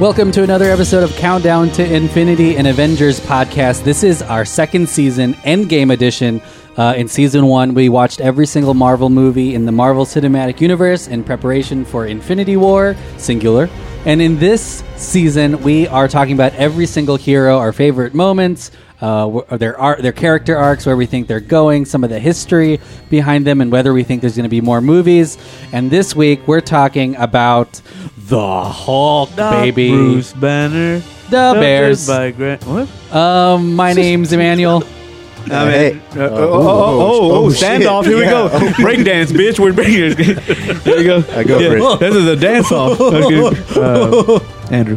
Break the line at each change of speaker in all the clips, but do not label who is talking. Welcome to another episode of Countdown to Infinity and Avengers podcast. This is our second season, Endgame edition. Uh, in season one, we watched every single Marvel movie in the Marvel Cinematic Universe in preparation for Infinity War, singular. And in this season, we are talking about every single hero, our favorite moments, uh, wh- their ar- their character arcs, where we think they're going, some of the history behind them, and whether we think there's going to be more movies. And this week, we're talking about the Hulk, baby.
Bruce Banner.
The
filtered
Bears.
By Grant. What?
Um, my name's Emmanuel.
I
Hey.
mean, uh, oh, oh, oh, oh,
oh,
standoff.
shit.
Here we
Yeah.
go. Breakdance, bitch. We're bringing it. There you go.
I go for it.
This is a dance off. Uh, Andrew.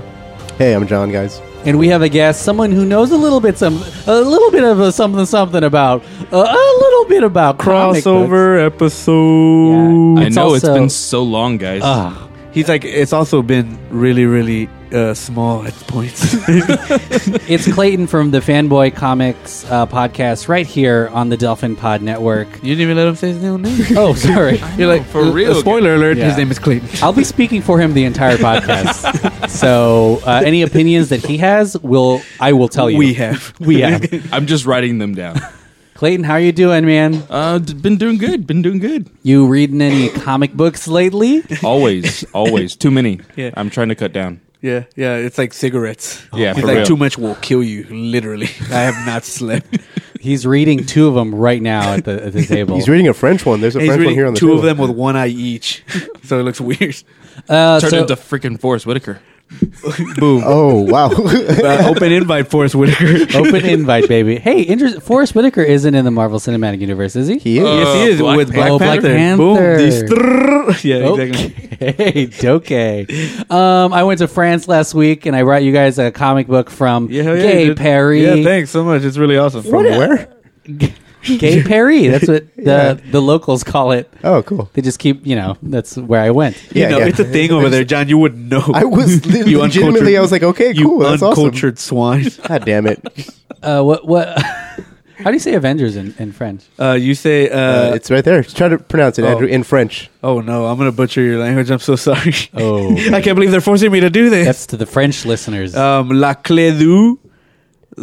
Hey, I'm John, guys.
And we have a guest, someone who knows a little bit some, a little bit of a something, something about uh, a little bit about comic books.
Crossover episode.
Yeah.
I
It's
know it's
also-
been so long, guys.
Ah,
He's like, it's also been really, really uh, small at points.
it's Clayton from the Fanboy Comics uh, podcast, right here on the Dolphin Pod Network.
you didn't even let him say his own name.
Oh, sorry,
You're like, uh,
for real, guys.
Spoiler alert,
Yeah.
his name is Clayton.
I'll be speaking for him the entire podcast. so uh, any opinions that he has, will I will tell you.
We have.
we have.
I'm just writing them down.
Clayton, how you doing, man?
Uh, d- been doing good. Been doing good.
You reading any comic books lately?
Always, always. Too many.
Yeah.
I'm trying to cut down.
Yeah, yeah, it's like cigarettes.
Yeah,
it's
for
like
real.
too much will kill you. Literally, I have not slept.
He's reading two of them right now at the at the table.
He's reading a French one. There's a
He's
French one
reading
here on the
two of
table.
them with one eye each, so it looks weird.
Uh,
Turned
so-
into freaking Forrest Whitaker.
Boom.
Oh wow!
Uh, open invite, Forrest Whitaker.
Open invite, baby. Hey, inter- Forrest Whitaker isn't in the Marvel Cinematic Universe, is he?
he is.
Uh,
yes, he is
Black
with Black
Panther.
Panther.
Black Panther.
Boom. These thrrrr. yeah, exactly.
Okay, okay. Um, I went to France last week and I brought you guys a comic book from
Yeah, hell yeah,
Gay
dude.
Perry.
Yeah, thanks so much. It's really awesome.
From where?
Gay Perry. That's what the the locals call it.
Oh, cool.
They just keep, you know, that's where I went.
you
Yeah,
know,
yeah.
it's a thing over there, John. You wouldn't know.
I was li-
You
legitimately.
uncultured-
I was like, okay,
you
cool. That's awesome.
uncultured swine.
God damn it!
Uh, what what? How do you say Avengers in, in French?
Uh, you say, uh,
Uh, it's right there. Try to pronounce it,
oh.
Andrew, in French.
"Oh no, I'm gonna butcher your language. I'm so sorry.
Oh.
I can't believe they're forcing me to do this."
That's to the French listeners.
um, La Clé du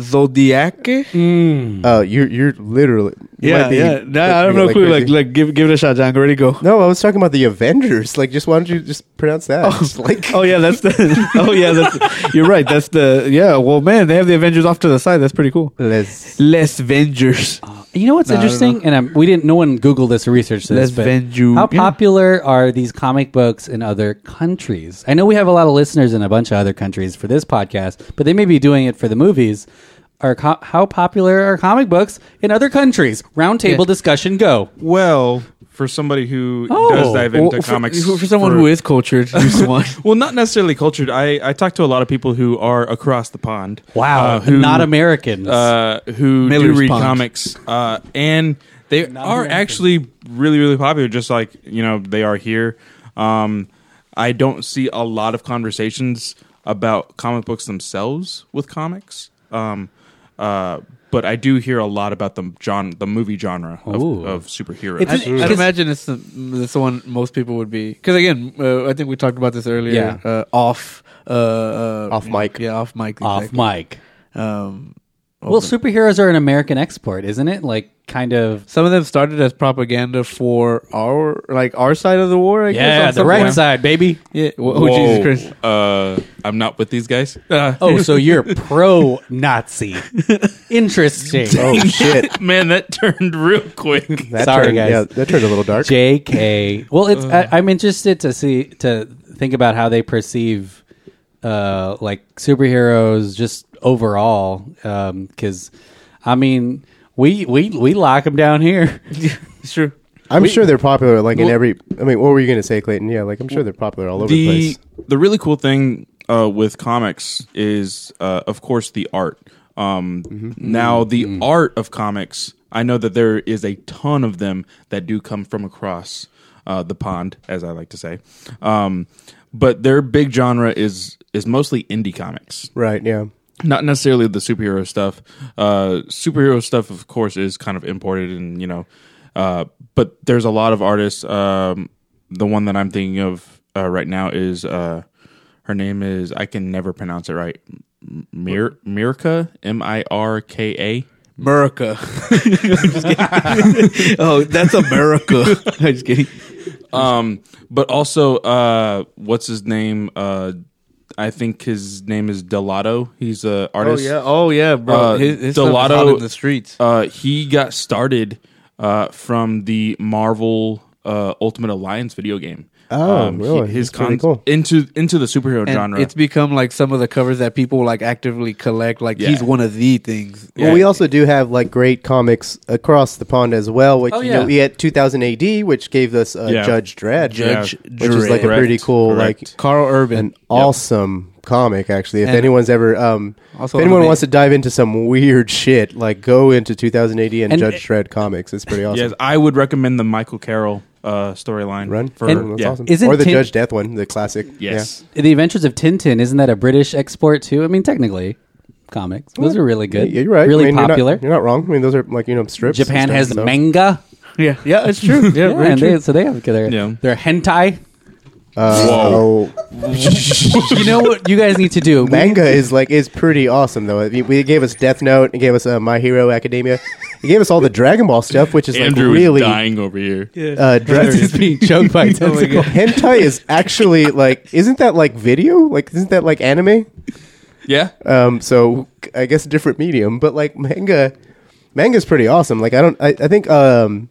Zodiac.
Oh, you're you're literally. you
Mm. Hmm. Yeah,
might be
yeah. No, I have
looking
no
like
clue. Like,
crazy.
like, give, give it a shot, John. Ready, go.
no, I was talking about the Avengers. Like, just why don't you just pronounce that? Just like,
Oh yeah, that's the. Oh yeah, that's. You're right. That's the. Yeah. Well, man, they have the Avengers off to the side. That's pretty cool.
Les-
Less Avengers.
You know what's
No, I don't
interesting, and um, we didn't. No one Googled this or researched this.
Let's
but
vend you-
How
yeah.
popular are these comic books in other countries? I know we have a lot of listeners in a bunch of other countries for this podcast, but they may be doing it for the movies. Are co- how popular are comic books in other countries? Roundtable discussion. Go.
Well, for somebody who
Oh.
does dive into
Well, for,
comics,
for someone who is cultured, use one.
well, not necessarily cultured. I I talk to a lot of people who are across the pond. Uh,
Wow,
who,
Uh, not Americans.
uh, who
Miller's
do read
Pond.
comics, uh, and they are actually really, really popular. Just like you know, they are here. Um, I don't see a lot of conversations about comic books themselves with comics, um, uh, but I do hear a lot about the genre, the movie genre of,
Ooh.
of superheroes.
It's-
I, would imagine it's the, it's the one most people would be. Because again, uh, I think we talked about this earlier.
Yeah.
Uh, off. Uh, uh,
Off mic.
Yeah, off mic.
Off
exactly.
mic.
Um,
Well, superheroes are an American export, isn't it? Like kind of.
some of them started as propaganda for our like our side of the war. I guess, on
Yeah, the
some
right
point.
side, baby.
Yeah. Well, oh Jesus Christ.
Uh, I'm not with these guys. Uh,
Oh, so you're pro-Nazi? Interesting.
oh shit!
man, that turned real quick.
That
Sorry,
turned,
guys.
Yeah, that turned a little dark.
JK. Well, it's
Uh.
I, I'm interested to see to think about how they perceive uh like superheroes just overall um cuz I mean, we we we lock them down here.
It's true.
I'm sure they're popular. Like in every. I mean, what were you gonna say, Clayton? Yeah, like I'm sure they're popular all over the, place.
the really cool thing uh, with comics is, uh, of course, the art. Um,
Mm-hmm.
Now, the art of comics, I know that there is a ton of them that do come from across uh, the pond, as I like to say. Um, but their big genre is is mostly indie comics
Right? Yeah.
not necessarily the superhero stuff. Uh, superhero stuff, of course, is kind of imported, and you know, uh, but there's a lot of artists. Um, the one that I'm thinking of uh, right now is uh, Her name is I can never pronounce it right. M- Mir Mirka M I R K A.
America. oh, that's America. I'm just kidding.
Um, but also, uh, what's his name? Uh, I think his name is Delato. He's
Oh
a artist.
yeah, oh yeah, bro.
Uh,
his, his stuff is
Delato-
hot in the streets.
Uh, he got started uh, from the Marvel uh, Ultimate Alliance video game. Um,
Oh,
he-
really?
his
That's pretty
con-
cool.
into into the superhero
and
genre.
it's become like some of the covers that people like actively collect. Like
Yeah.
he's one of the things.
Yeah.
Well, we also do have like great comics across the pond as well. Which,
Oh,
you
yeah.
know, we had 2000 AD, which gave us uh,
Yeah.
Judge Dredd,
Judge
which is like a
Dredd.
pretty cool,
Correct.
like
Carl Urban.
an awesome comic. Actually, if
And-
anyone's ever, um, if
Also
anyone
amazing.
wants to dive into some weird shit, like go into 2000 AD and,
And-
Judge Dredd comics. It's pretty awesome.
yes, I would recommend the Michael Carroll uh, storyline.
Run
for
Run, that's
yeah.
awesome.
Isn't
or the
Tin-
Judge Death one, the classic.
Yes.
The Adventures of Tintin isn't that a British export too? I mean, technically, comics. Those are really
Yeah.
good.
Yeah, you're right.
Really
I mean, you're not-
popular.
You're not, wrong. I mean, those are like you know strips. and
Japan
stuff,
has
so.
manga.
yeah, yeah, it's true. Yeah,
Yeah,
very
and
true.
they, so they have their
Yeah.
their hentai.
Uh,
Whoa.
oh,
You know what you guys need to do?
manga is like is pretty awesome though. I mean, We it gave us Death Note. It gave us uh, My Hero Academia. It gave us all the Dragon Ball stuff, which is
Andrew
like really
is dying over here.
uh, dra-
He's being choked
Oh
by tentacles.
hentai is actually like isn't that like video? Like isn't that like anime?
Yeah.
Um, so I guess a different medium, but like manga, manga is pretty awesome. Like I don't, I, I think um,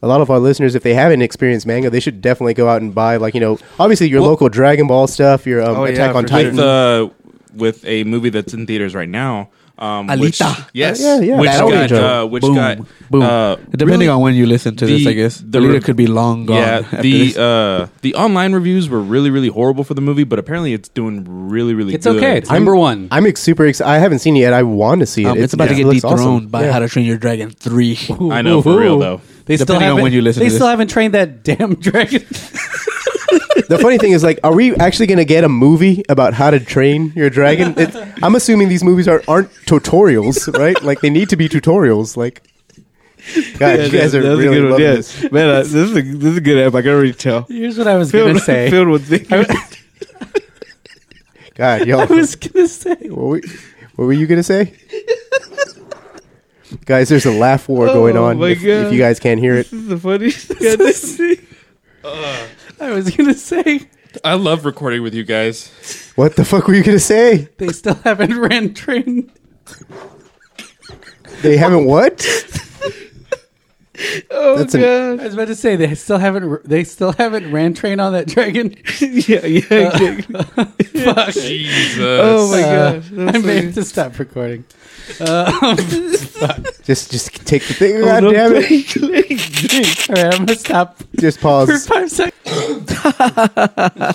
a lot of our listeners, if they haven't experienced manga, they should definitely go out and buy like you know, obviously your local Dragon Ball stuff, your um,
Oh, yeah,
Attack on
for sure.
Titan.
with uh, with a movie that's in theaters right now. Um, which-
Alita.
yes,
Uh, yeah, yeah.
which
Battle
got
Angel.
uh, which
boom,
got
boom.
Uh,
Depending
really-
on when you listen to this,
the-
I guess
the
the leader
re-
could be long gone.
yeah,
after
the
this.
uh, the online reviews were really really horrible for the movie, but apparently it's doing really really.
It's
good.
okay. It's number one.
I'm ex- super excited. I haven't seen it yet. I want to see it.
Um, it's, about
yeah,
to
it
get
looks
dethroned
awesome.
by
Yeah.
How to Train Your Dragon three.
I know for real though.
They still
Depending on
haven't.
when you listen
they
to
still
this.
haven't trained that damn dragon.
the funny thing is, like, are we actually going to get a movie about how to train your dragon? It's, I'm assuming these movies are, aren't tutorials, right? Like, they need to be tutorials. Like, God, you guys are
That was a
really
good one,
loving
yeah.
this.
Man, uh, this is a, this is a good app. I can already tell.
Here's what I was
Filled
gonna
with-
say.
filled with things.
God, y'all.
I was gonna say.
What were, what were you gonna say? guys, there's a laugh war going on.
Oh my
if,
God.
if you guys can't hear it,
This is the funniest thing I've ever seen.
I was gonna say
I love recording with you guys.
what the fuck were you gonna say?
they still haven't ran train.
They haven't what?
Oh
That's an-
god!
I was about to say they still haven't. They still haven't ran train on that dragon.
yeah, yeah.
Oh
exactly.
Fuck.
Jesus.
oh my
Uh,
gosh! That's
I may
funny.
have to stop recording.
Just, just take the thing.
Oh,
God
no,
damn it!
click, click, click.
All right, I'm gonna stop
Just
for
pause.
five seconds.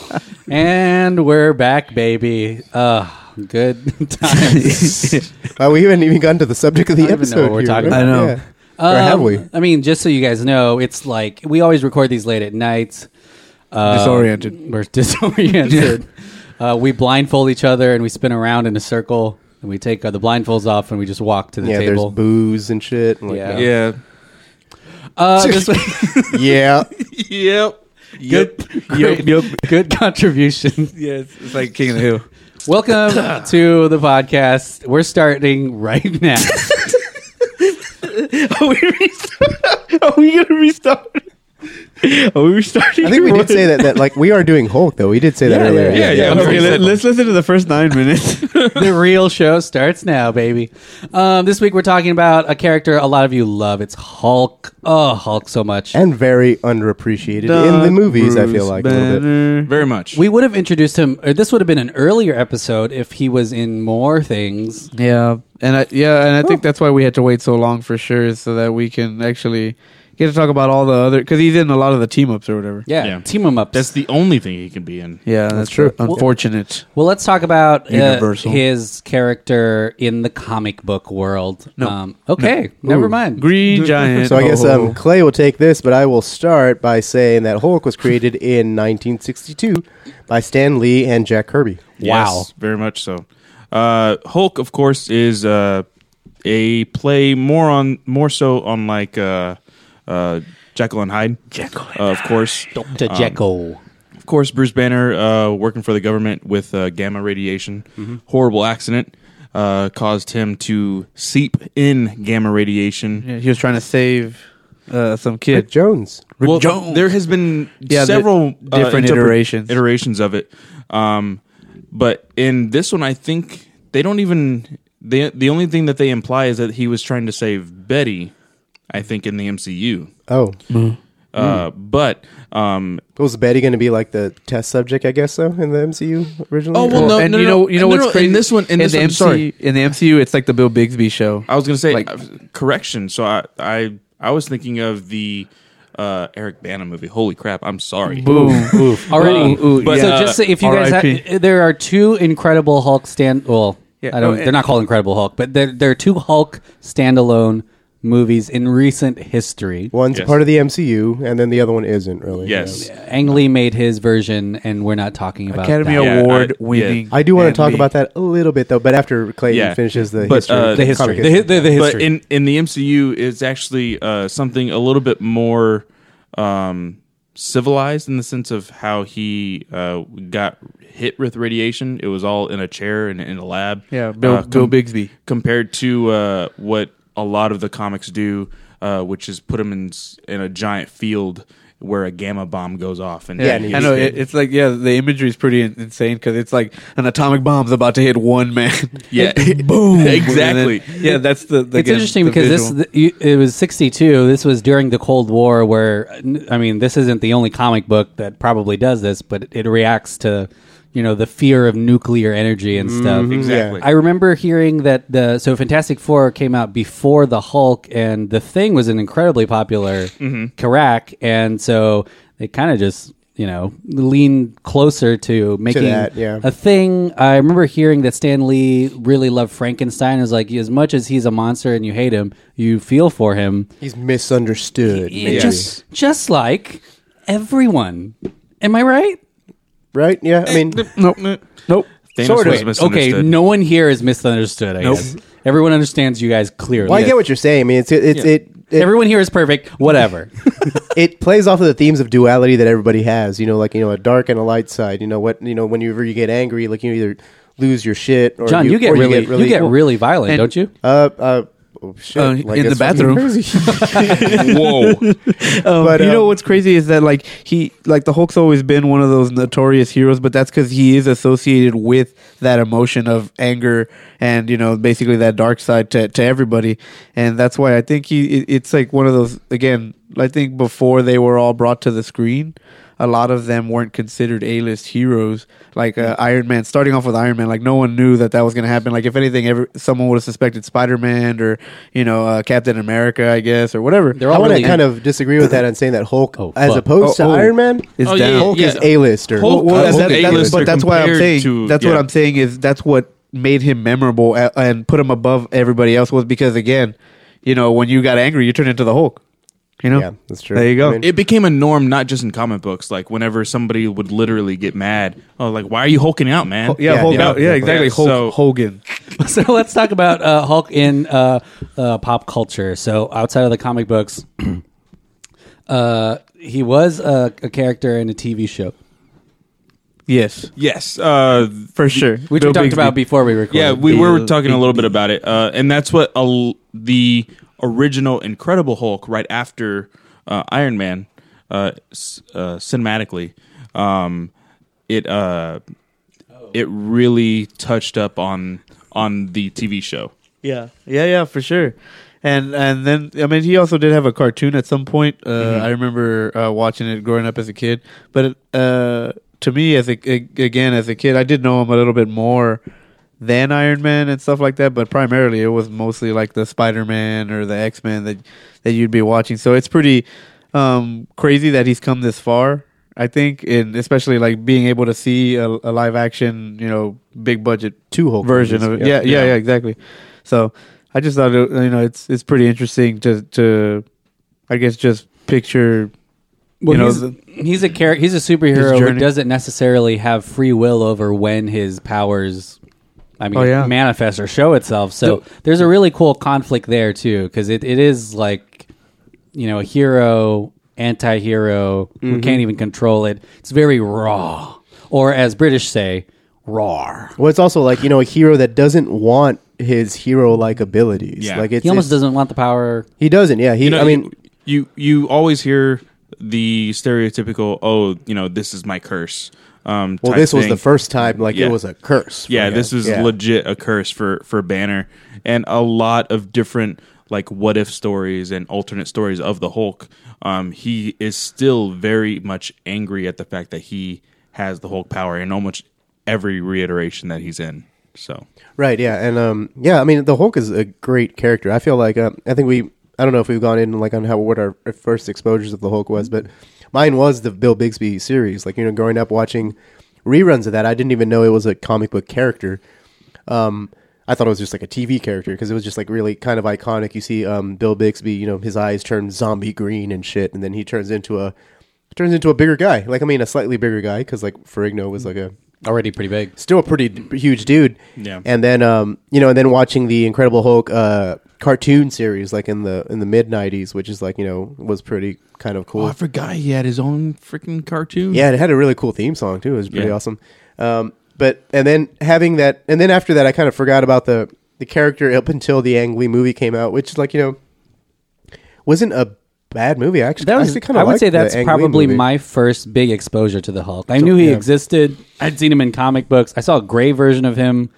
and we're back, baby. Uh, good times.
Uh, we haven't even gotten to the subject of the
I don't even
episode.
know what we're
here,
talking
right?
about. I know.
Yeah. or have
Um,
we?
I mean, just so you guys know, it's like we always record these late at night. Uh,
Disoriented.
We're disoriented. Uh, we blindfold each other and we spin around in a circle and we take uh, the blindfolds off and we just walk to the
Yeah,
table.
there's booze and shit. and like,
Yeah.
Yeah.
uh, this was
yeah.
Yep.
good, great-
yep.
good contribution.
Yes, it's like King of the Hill.
Welcome to the podcast. We're starting right now.
Are we, restart- are we gonna restart? Are we restarting?
I think we did say that. That like we are doing Hulk though. We did say that
Yeah,
earlier.
yeah,
yeah, yeah.
Okay,
Yeah.
let, us listen to the first nine minutes.
the real show starts now, baby. Um, this week we're talking about a character a lot of you love. It's Hulk. Oh, Hulk so much.
And very underappreciated in
Uh,
the movies. I feel like a little bit.
Very much.
we would have introduced him. Or this would have been an earlier episode if he was in more things.
Yeah, and I, yeah, and I think that's why we had to wait so long for sure, is so that we can actually get to talk about all the other because he's in a lot of the team ups or whatever.
Yeah,
Yeah.
team him up.
That's the only thing he can be in.
yeah, that's,
true.
Unfortunate.
well, let's talk about uh,
Universal.
his character in the comic book world. Um,
No.
okay, never mind.
Green Giant.
So I guess
Oh.
um, Clay will take this, but I will start by saying that Hulk was created in 1962 by Stan Lee and Jack Kirby.
Wow.
very much so. Uh, Hulk, of course, is uh, a play more on more so on
Um,
like uh, uh, Jekyll and Hyde. Jekyll, uh, of course.
Dr. Jekyll.
Of course, Bruce Banner uh, working for the government with uh, gamma radiation. Horrible accident uh, caused him to seep in gamma radiation.
Yeah, he was trying to save uh, some
Rick
kid.
Jones.
well,
Jones.
There has been
Yeah, the-
several uh,
different
interpre-
iterations.
iterations of it. Um, but in this one, I think they don't even they the only thing that they imply is that he was trying to save Betty. I think in the MCU,
Oh,
uh, but um,
was Betty going to be like the test subject? I guess so in the MCU originally.
Oh, well,
Or-
no,
and
no,
you
no,
know,
no.
you know
No,
what's
no, in
crazy?
this one- in this
the
one,
MCU,
sorry.
in the MCU, it's like the Bill Bigsby show.
I was going to say
Like-
uh, correction. So I, I I was thinking of the uh, Eric Bana movie. Holy crap! I'm sorry.
Boom.
Already,
Ooh, ooh,
but,
yeah.
so just so if you guys,
R.I.P..
ha- there are two Incredible Hulk stand. Well,
Yeah,
I don't.
no,
they're
and-
not called Incredible Hulk, but there there are two Hulk standalone movies in recent history.
one's
Yes.
part of the MCU, and then the other one isn't really.
Yes.
Ang Lee made his version, and we're not talking about
Academy
that.
Yeah, I-
Award winning.
I do want to
And
talk
we-
about that a little bit though, but after Clayton
Yeah.
finishes the
But,
history,
uh,
the history,
comic
the, hi- the, the history.
But in in the MCU, it's actually uh, something a little bit more um, civilized in the sense of how he uh, got hit with radiation. It was all in a chair and in a lab.
Yeah, Bill,
Uh,
Bill
com-
Bigsby.
compared to uh, what a lot of the comics do, uh, which is put him in s- in a giant field where a gamma bomb goes off. And
Yeah,
Yeah,
and he
I know.
was
It, it's like yeah, the imagery is pretty in- insane because it's like an atomic bomb's about to hit one man.
Yeah.
boom.
Exactly.
And then- yeah, that's the. the
it's
again,
interesting
the
because
visual.
this th- you, it was 62 this was during the cold war where n- i mean this isn't the only comic book that probably does this but it reacts to you know the fear of nuclear energy and stuff
exactly.
i remember hearing that the so fantastic four came out before the hulk and the thing was an incredibly popular
Mm-hmm.
Karak, and so they kind of just you know lean closer to making
that, yeah.
a thing. I remember hearing that Stan Lee really loved Frankenstein. It was like as much as he's a monster and you hate him, you feel for him.
He's misunderstood,
And
maybe.
Just just like everyone. Am I right?
right? Yeah, I mean,
Nope. Nope.
Thanos
Sort of.
was misunderstood.
Okay, no one here is misunderstood. I guess everyone understands you guys clearly.
well, I get what you're saying. I mean, it's it's it. it
everyone here is perfect. Whatever.
it plays off of the themes of duality that everybody has. You know, like you know, a dark and a light side. You know what? You know, whenever you get angry, like you either lose your shit or
John, you, get
or
really you get really, violent,
and-
don't you?
uh uh. oh, shit,
Uh, in the
it's fucking
bathroom.
crazy.
Whoa.
Um,
But,
you know
um,
what's crazy is that like he like the Hulk's always been one of those notorious heroes, but that's because he is associated with that emotion of anger and you know basically that dark side to to everybody, and that's why I think he it- it's like one of those again. I think before they were all brought to the screen, a lot of them weren't considered A list heroes. Like uh, Iron Man, starting off with Iron Man, like no one knew that that was going to happen. Like if anything, ever someone would have suspected Spider Man or you know uh, Captain America, I guess, or whatever.
They're
I
all
want
really-
to kind of disagree with that and saying that Hulk,
Oh,
as
fuck.
opposed
Oh,
to
oh.
Iron Man,
It's
Oh,
down.
yeah,
Hulk
yeah.
is A-lister.
Hulk- uh,
Well,
Well,
Hulk
that-
is
that's-
A-lister
but that's why I'm
compared
saying
to-
that's
yeah.
what I'm saying is that's what made him memorable a- and put him above everybody else was because again, you know, when you got angry, you turned into the Hulk. You know,
Yeah, that's true.
There you go.
I mean-
it became a norm not just in comic books like whenever somebody would literally get mad oh like why are you hulking out man
yeah,
Yeah,
Hulk
yeah,
out. yeah, exactly.
yeah,
Hulk,
so-
Hogan.
so let's talk about uh, Hulk in uh, uh, pop culture. So outside of the comic books, uh, he was a, a character in a TV show,
Yes,
yes uh
for sure.
which we
Bill
talked
Bixby.
about before we recorded.
yeah we were talking a little bit about it uh and that's what a l the original incredible hulk right after uh iron man uh, s- uh cinematically um it uh it really touched up on on the tv show
Yeah, yeah, yeah, for sure. And and then I mean, he also did have a cartoon at some point. Uh, I remember uh, watching it growing up as a kid. But uh, to me, as a, a- again as a kid, I did know him a little bit more than Iron Man and stuff like that. But primarily, it was mostly like the Spider Man or the X Men that that you'd be watching. So it's pretty um, crazy that he's come this far. I think, and especially like being able to see a, a live action, you know, big budget
Two Hulk
version
movies,
of it.
yeah.
Yeah, yeah, yeah, exactly. So I just thought it, you know it's it's pretty interesting to to I guess just picture
Well,
you know
he's,
the-
he's a char- he's a superhero
His
who
journey.
doesn't necessarily have free will over when his powers. I mean,
Oh, yeah.
manifest or show itself. So there's a really cool conflict there too, because it, it is like, you know, a hero anti-hero
Mm-hmm.
who can't even control it. It's very raw, or as British say, raw.
Well, it's also like you know a hero that doesn't want his hero-like abilities.
Yeah.
Like it's,
He almost
it's-
doesn't want the power.
He doesn't. Yeah. He.
You know,
I mean,
you you always hear the stereotypical, oh, you know, this is my curse. Um,
well,
type
this was
thing.
the first time. Like
Yeah.
it was a curse. for
Yeah,
him.
this was
Yeah.
legit a curse for for Banner, and a lot of different like what if stories and alternate stories of the Hulk. Um, he is still very much angry at the fact that he has the Hulk power in almost every reiteration that he's in. So
Right. Yeah. And um. Yeah. I mean, the Hulk is a great character. I feel like um. I think we. I don't know if we've gone in like on how what our first exposures of the Hulk was, but mine was the Bill Bixby series. Like you know, growing up watching reruns of that, I didn't even know it was a comic book character. Um. I thought it was just like a TV character because it was just like really kind of iconic. You see, um, Bill Bixby, you know, his eyes turn zombie green and shit, and then he turns into a turns into a bigger guy. Like I mean, a slightly bigger guy because like Ferrigno was like a
Already pretty big.
still a pretty d- huge dude.
Yeah.
And then um, you know, and then watching the Incredible Hulk uh cartoon series like in the in the mid '90s, which is like you know was pretty kind of
Oh,
cool.
Oh, I forgot he had his own freaking cartoon.
yeah, it had a really cool theme song too. It was pretty
Yeah.
awesome. Um, but and then having that, and then after that, I kind of forgot about the the character up until the Ang Lee movie came out, which like you know wasn't a bad movie. I actually,
That was,
actually kind of
I would
liked
say
the
that's
Ang Lee
probably
movie.
my first big exposure to the Hulk. I knew he
yeah.
existed. I'd seen him in comic books. I saw a gray version of him.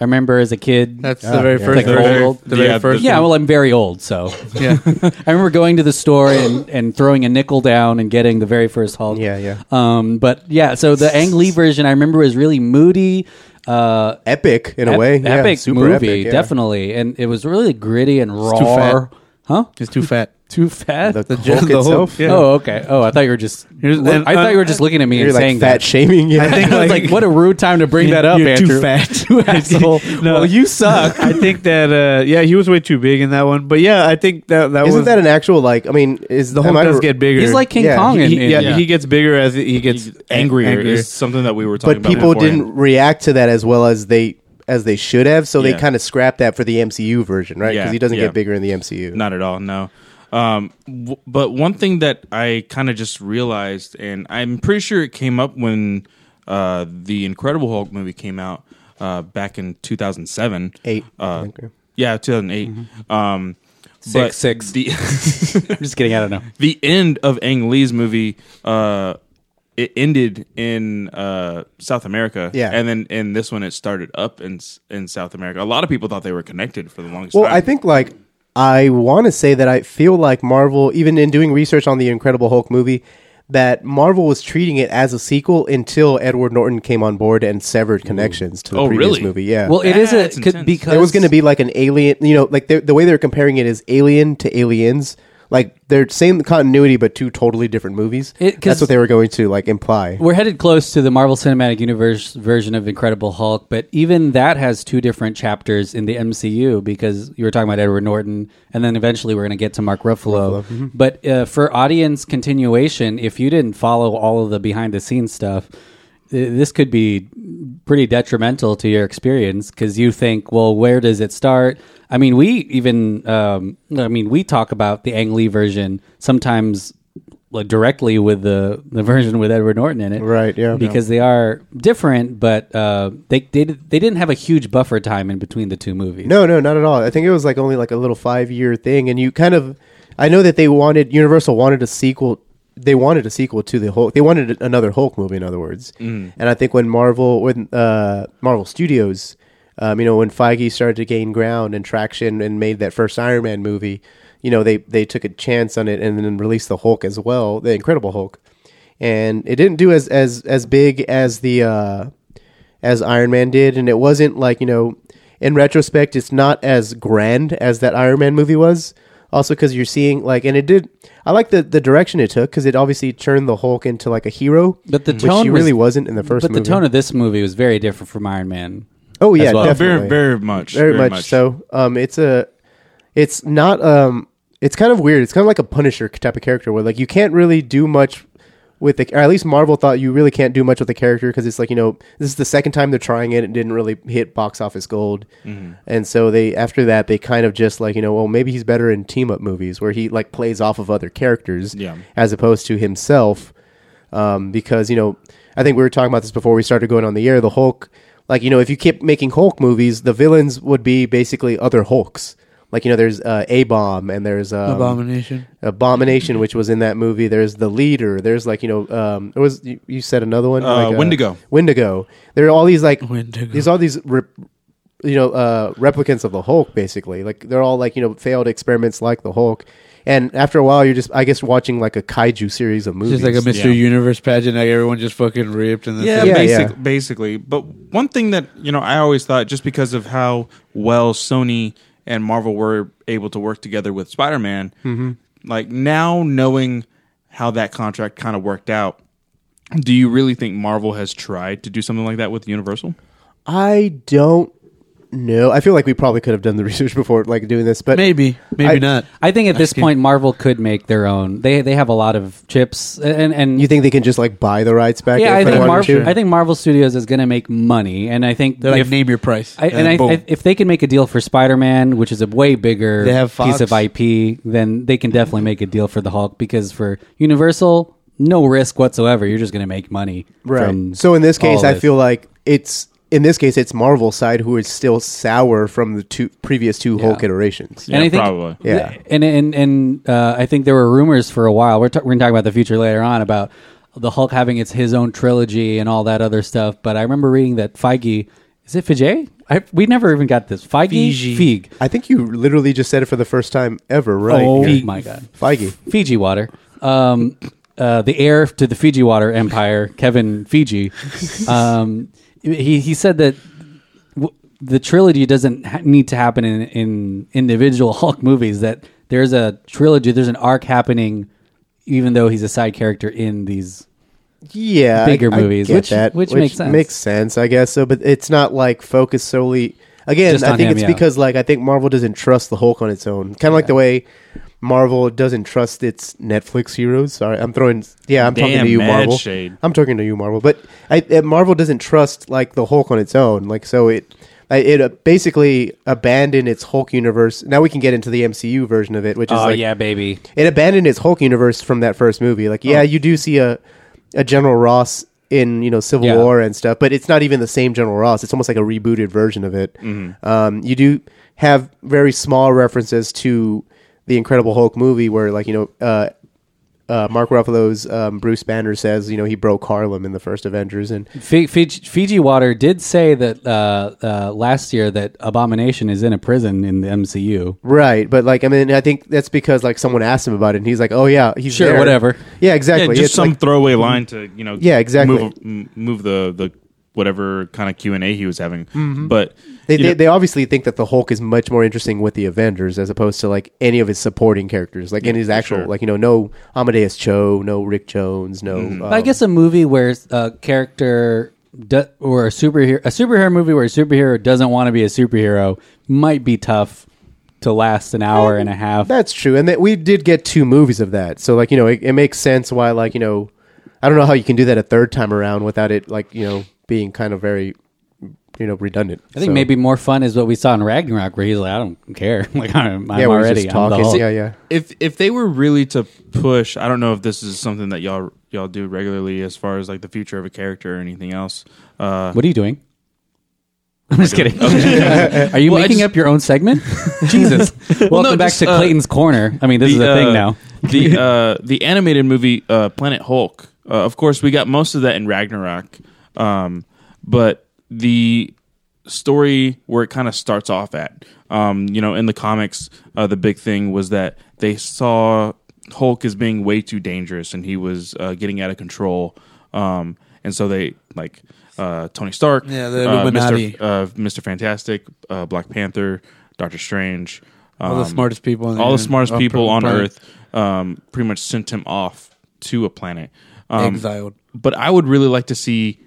I remember as a kid.
That's the very
yeah.
first.
Like
the very,
old-
the very
Yeah,
first.
yeah, well, I'm very old, so
yeah.
I remember going to the store and, and throwing a nickel down and getting the very first Hulk.
Yeah, yeah.
Um, but yeah, so the Ang Lee version I remember was really moody. Uh,
epic in a
ep-
way, Yeah,
epic
super
movie,
epic, yeah.
definitely, and it was really gritty and raw.
too fat.
Huh?
He's too fat.
Too fat?
The,
The
Hulk
Hulk- the Hulk,
itself,
yeah.
Oh, okay. Oh, I thought you were just.
Here's-
I
and-
thought you were
and-
just looking at me
you're
and
like
saying
fat
that.
shaming. Yeah.
I think
I was like, what a rude time to bring that up,
You're
Andrew.
too fat.
You asshole. well, you suck.
I think that uh, yeah, he was way too big in that one. But yeah, I think that that
Isn't
was
that an actual like? I mean, is
the
am
Hulk
I-
does get bigger.
He's like King
Yeah,
Kong.
He-
in,
he-
in-
yeah, he gets bigger as he gets
angrier,
angrier.
is something that we were talking
but
about.
people
beforehand.
didn't react to that as well as they as they should have. So
Yeah.
they kind of scrapped that for the MCU version, right? Because
Yeah,
he doesn't
yeah.
get bigger in the MCU.
Not at all. No. Um, w- but one thing that I kind of just realized, and I'm pretty sure it came up when uh, the Incredible Hulk movie came out uh, back in 2007.
Eight. Mm-hmm.
Uh,
Okay.
yeah, 2008. Um, six.
six.
The
I'm just kidding. I don't know.
the end of Ang Lee's movie, uh, it ended in uh, South America.
Yeah.
and then in this one, it started up in s- in South America. A lot of people thought they were connected for the longest
well,
time.
I think like I want to say that I feel like Marvel, even in doing research on the Incredible Hulk movie, that Marvel was treating it as a sequel until Edward Norton came on board and severed connections to the
Oh,
previous
really?
movie. Yeah.
Well, it is a
That's
could,
intense.
because
It was going to be like an alien, you know, like the- the way they're comparing it is alien to aliens. Like they're same continuity, but two totally different movies.
It- 'cause-
That's what they were going to like imply.
We're headed close to the Marvel Cinematic Universe version of Incredible Hulk, but even that has two different chapters in the MCU because you were talking about Edward Norton, and then eventually we're going to get to Mark Ruffalo. But uh, for audience continuation, if you didn't follow all of the behind the scenes stuff, th- this could be pretty detrimental to your experience because you think, well, where does it start? I mean, we even, um, I mean, we talk about the Ang Lee version sometimes like directly with the the version with Edward Norton in it,
Right, yeah.
because they are different, but uh, they they did- they didn't have a huge buffer time in between the two movies.
No, no, not at all. I think it was like only like a little five year thing, and you kind of, I know that they wanted Universal wanted a sequel. They wanted a sequel to the Hulk. They wanted another Hulk movie, in other words. And I think when Marvel, when uh, Marvel Studios, um, you know, when Feige started to gain ground and traction and made that first Iron Man movie, you know, they they took a chance on it and then released the Hulk as well, the Incredible Hulk, and it didn't do as as as big as the. Uh, as Iron Man did, and it wasn't like you know, in retrospect, it's not as grand as that Iron Man movie was. Also, because you're seeing like, and it did. I like the the direction it took because it obviously turned the Hulk into like a hero,
But the
which
tone
he
was-
really wasn't in the first.
but
movie.
the tone of this movie was very different from Iron Man.
oh yeah,
as well.
definitely
very, very much,
very, much, so. Um, it's a, it's not um, it's kind of weird. It's kind of like a Punisher type of character where like you can't really do much with the, or at least Marvel thought you really can't do much with the character because it's like you know this is the second time they're trying it. It didn't really hit box office gold, and so they after that they kind of just like you know well maybe he's better in team up movies where he like plays off of other characters
Yeah.
as opposed to himself um, because you know I think we were talking about this before we started going on the air. The Hulk, like you know, if you keep making Hulk movies, the villains would be basically other Hulks. Like you know, there's uh, a bomb and there's um,
Abomination.
Abomination, which was in that movie. There's the leader. There's like you know, um, it was you, you said another one,
Uh,
like,
Wendigo.
Wendigo. There are all these like
Wendigo.
There's all these. Re- you know, uh, replicants of the Hulk, basically. Like they're all like you know failed experiments, like the Hulk. And after a while, you're just, I guess, watching like a kaiju series of movies.
Just like a Mr.
Yeah.
Universe pageant, like everyone just fucking ripped and that's
yeah,
it.
Yeah,
basic,
yeah.
basically. But one thing that you know, I always thought just because of how well Sony and Marvel were able to work together with Spider-Man,
Mm-hmm.
like now knowing how that contract kind of worked out, do you really think Marvel has tried to do something like that with Universal?
I don't know. I feel like we probably could have done the research before, like doing this, but
Maybe, maybe
I-
not.
I think at this point, Marvel could make their own. They they have a lot of chips, and and
you think they can just like buy the rights back?
yeah, I
if they
think
wanted
Marvel.
to?
I think Marvel Studios is going to make money, and I think
They're like,
if,
name your price.
I, and I,
boom.
I, if they can make a deal for Spider Man, which is a way bigger
They have
piece
Fox.
of IP, then they can definitely make a deal for the Hulk because for Universal, no risk whatsoever. You're just going to make money.
right.
from
So in this case,
all
I
this.
feel like it's in this case it's Marvel's side who is still sour from the two previous two Hulk iterations.
Yeah, probably.
Yeah.
th- and and and uh, I think there were rumors for a while. We're ta- we're gonna talk about the future later on about the Hulk having its his own trilogy and all that other stuff. But I remember reading that Feige is it Feige? I, we never even got this Feige
Fiji.
Feig.
I think you literally just said it for the first time ever, right?
Oh
here.
my god,
Feige.
Fiji water. Um, uh, the heir to the Fiji water empire, Kevin Fiji. Um, he he said that w- the trilogy doesn't ha- need to happen in, in individual Hulk movies. That there's a trilogy, there's an arc happening, even though he's a side character in these.
yeah
bigger movies,
get
which- which makes sense.
sense, I guess. So, but it's not like focused solely. Again,
Just
I
on
think
him,
it's
yeah.
because like I think Marvel doesn't trust the Hulk on its own, kind of like the way Marvel doesn't trust its Netflix heroes. Sorry, I'm throwing. Yeah, I'm talking
Damn,
to you,
mad
Marvel.
shade.
I'm talking to you, Marvel. But I, uh, Marvel doesn't trust like the Hulk on its own. Like so, it I- it uh, basically abandoned its Hulk universe. Now we can get into the MCU version of it, which is
Ah,
Oh,
like
baby!
it abandoned its Hulk universe from that first movie. Like, yeah, you do see a a General Ross in you know Civil
Yeah.
War and stuff, but it's not even the same General Ross. It's almost like a rebooted version of it. Um, you do have very small references to the Incredible Hulk movie, where like you know. Uh, uh, Mark Ruffalo's um, Bruce Banner says, you know, he broke Harlem in the first Avengers, and
Fiji, Fiji water did say that uh, uh, last year that Abomination is in a prison in the MCU.
right, but like, I mean, I think that's because like someone asked him about it, and he's like, oh yeah, he's
Sure,
there.
whatever.
yeah, exactly,
Yeah, just
It's
some
like- Mm-hmm.
throwaway line to you know.
Yeah, exactly.
Move, m- move the the whatever kind of Q and A he was having,
Mm-hmm.
but
They,
you
they,
know-
they obviously think that the Hulk is much more interesting with the Avengers as opposed to like any of his supporting characters, like in his actual,
sure.
like you know, no Amadeus Cho, no Rick Jones, no. um,
But I guess a movie where a character do, or a superhero, a superhero movie where a superhero doesn't want to be a superhero might be tough to last an hour and a half.
that's true, and that we did get two movies of that, so like you know, it, it makes sense why like you know, I don't know how you can do that a third time around without it like you know being kind of very, you know, redundant.
I think maybe more fun is what we saw in Ragnarok, where he's like, "I don't care, like I'm, I'm
yeah, we're
already
just
I'm the
talking.
Hulk."
yeah, yeah.
if if they were really to push, I don't know if this is something that y'all y'all do regularly as far as like the future of a character or anything else. Uh,
What are you doing? I'm just kidding.
Uh,
are you
Well, I
making
just-
up your own segment? Jesus! Welcome
no,
back
just,
to
uh,
Clayton's Corner. I mean, this is a thing
uh,
now.
the uh, the animated movie uh, Planet Hulk. Uh, of course, we got most of that in Ragnarok, um, but the story where it kind of starts off at, um, you know, in the comics, uh, the big thing was that they saw Hulk as being way too dangerous and he was uh, getting out of control, um, and so they like. Uh, Tony Stark,
Yeah, the
uh,
Illuminati.
Mr. Uh, Mr. Fantastic, uh, Black Panther, Doctor Strange,
all the
um,
smartest people. On
all the smartest
on
people on
planet.
Earth um, pretty much sent him off to a planet. Um,
exiled.
But I would really like to see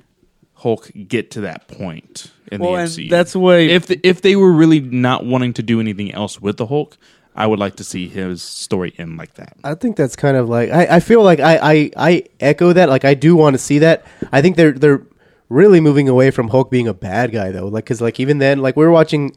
Hulk get to that point in
Well,
the
and
MCU.
that's why-
if the, if they were really not wanting to do anything else with the Hulk, I would like to see his story end like that.
I think that's kind of like I, I feel like I, I I echo that. Like I do want to see that. I think they're they're really moving away from Hulk being a bad guy though. Like because like even then like we were watching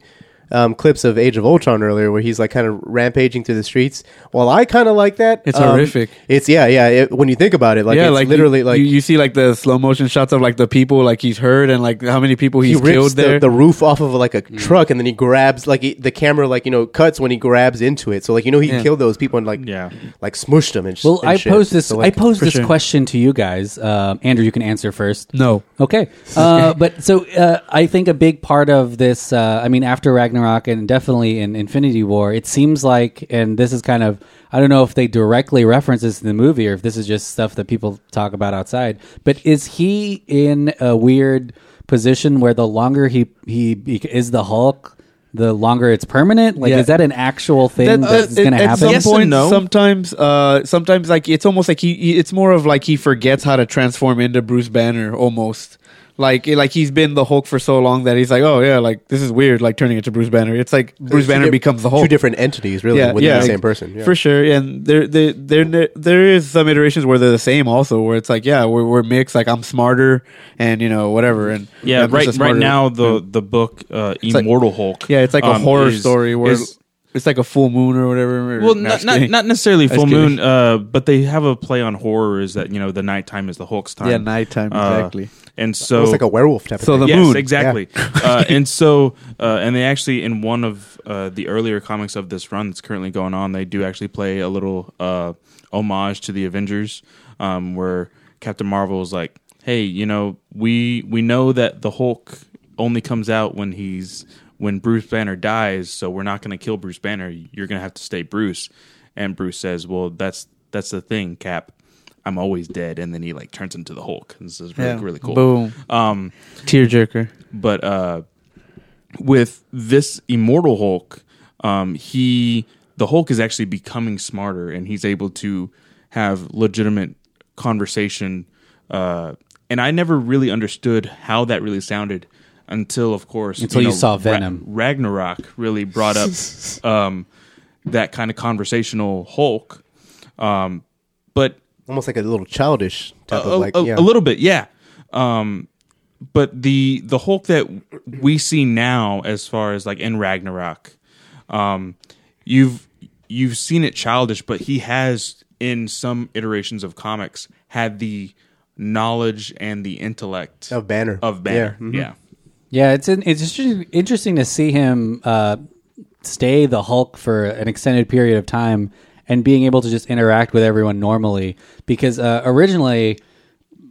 um, clips of Age of Ultron earlier where he's like kind of rampaging through the streets. Well, I kind of like that.
It's
um,
horrific.
It's yeah yeah. It, when you think about it, like
yeah,
it's
like
literally
you,
like
you, you see like the slow motion shots of like the people like he's hurt and like how many people he's
he rips
killed
the,
there. Mm.
the roof off of like a truck and then he grabs like he, the camera like you know cuts when he grabs into it so like you know he
Yeah.
killed those people and like
Yeah.
like smushed them and sh-
Well,
and
I
shit.
posed this.
So,
I
like,
posed
for
this
sure.
question to you guys. Uh, Andrew, you can answer first.
no,
Okay, uh, but so uh, I think a big part of this, uh, I mean, after Ragnarok and definitely in Infinity War, it seems like, and this is kind of, I don't know if they directly reference this in the movie or if this is just stuff that people talk about outside. But is he in a weird position where the longer he he bec- is the Hulk, the longer it's permanent? Like,
Yeah.
is that an actual thing
That-
that's
uh,
going to
at-
happen?
At
Yes
some
and
point,
no.
sometimes, uh, sometimes like it's almost like he, he- it's more of like he forgets how to transform into Bruce Banner almost. Like, it- like he's been the Hulk for so long that he's like, oh yeah, like this is weird, like turning into Bruce Banner. It's like Bruce
two
Banner
di-
becomes the Hulk.
Two different entities, really, within the same person. Yeah.
for sure. And there, there, there, there is some iterations where they're the same, also, where it's like, yeah, we're, we're mixed. Like I'm smarter, and you know, whatever. And
Yeah,
I'm just
right.
a
Right
smarter-
now, the the book uh,
Hmm. like-
Immortal Hulk.
yeah, it's like a
um,
horror
is-
story where
is-
it's like a full moon or whatever. or-
well,
no,
not,
just
not
kidding.
not necessarily
Just
full
kidding.
moon, uh, but they have a play on horror. Is that you know the nighttime is the Hulk's time?
Yeah, nighttime,
Uh,
exactly.
and so
It's like a werewolf type.
So
of
the
thing.
yes,
moon.
exactly. uh, and so, uh, and they actually in one of uh, the earlier comics of this run that's currently going on, they do actually play a little uh, homage to the Avengers, um, where Captain Marvel is like, "Hey, you know, we we know that the Hulk only comes out when he's when Bruce Banner dies, so we're not going to kill Bruce Banner. You're going to have to stay Bruce." And Bruce says, "Well, that's that's the thing, Cap." I'm always dead, and then he like turns into the Hulk. And this is really,
Yeah.
really cool.
Boom.
Um,
Tearjerker.
but uh, with this immortal Hulk, um, he the Hulk is actually becoming smarter, and he's able to have legitimate conversation. Uh, and I never really understood how that really sounded until, of course,
Until you saw Venom.
Ra- Ragnarok really brought up um, that kind of conversational Hulk. Um, but
almost like a little childish type
a,
of like
Uh, oh, a-
yeah.
a little bit, yeah. Um, but the the Hulk that we see now, as far as like in Ragnarok, um, you've you've seen it childish, but he has in some iterations of comics had the knowledge and the intellect
Of Banner.
of Banner. Yeah,
Yeah, mhm.
mm-hmm.
Yeah, it's an, it's just interesting to see him uh, stay the Hulk for an extended period of time and being able to just interact with everyone normally because uh, originally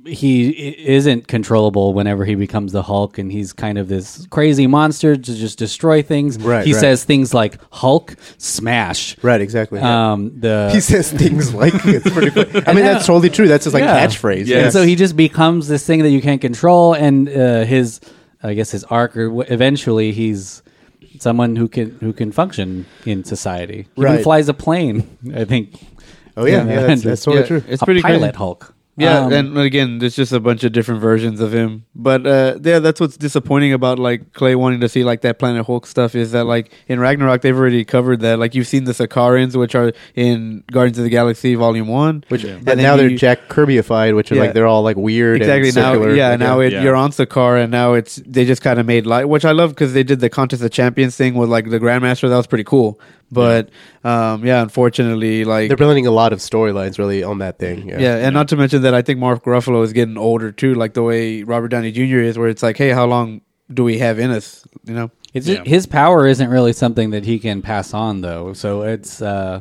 he i- isn't controllable whenever he becomes the Hulk and he's kind of this crazy monster to just destroy things.
Right,
he
right.
says things like Hulk smash.
right, exactly.
Um, the
he says things like it's pretty. Funny. I mean, that's totally true. That's his like
Yeah.
catchphrase.
Yeah.
And so he just becomes this thing that you can't control, and uh, his, I guess, his arc, or w- eventually he's someone who can who can function in society. He even
Right.
flies a plane, I think.
Oh yeah, yeah, that's, that's totally
Yeah.
true.
It's
a
pretty
pilot
crazy.
Hulk.
Yeah,
Um,
and again, there's just a bunch of different versions of him. But uh, yeah, that's what's disappointing about like Clay wanting to see like that Planet Hulk stuff is that like in Ragnarok they've already covered that. Like you've seen the Sakarans, which are in Guardians of the Galaxy Volume One,
Which
and
but
then
now they're
you-
Jack Kirbyified, which are
Yeah.
like they're all like weird.
exactly
and
now.
circular.
Yeah,
Like,
now it,
yeah.
you're on Sakar, and now it's they just kind of made light, which I love because they did the Contest of Champions thing with like the Grandmaster. That was pretty cool. But um, yeah, unfortunately, like
they're blending a lot of storylines really on that thing. Yeah,
Yeah, and not to mention that I think Mark Ruffalo is getting older too, like the way Robert Downey Jr. is, where it's like, hey, how long do we have in us? You know,
it's,
Yeah.
his power isn't really something that he can pass on, though. So it's uh,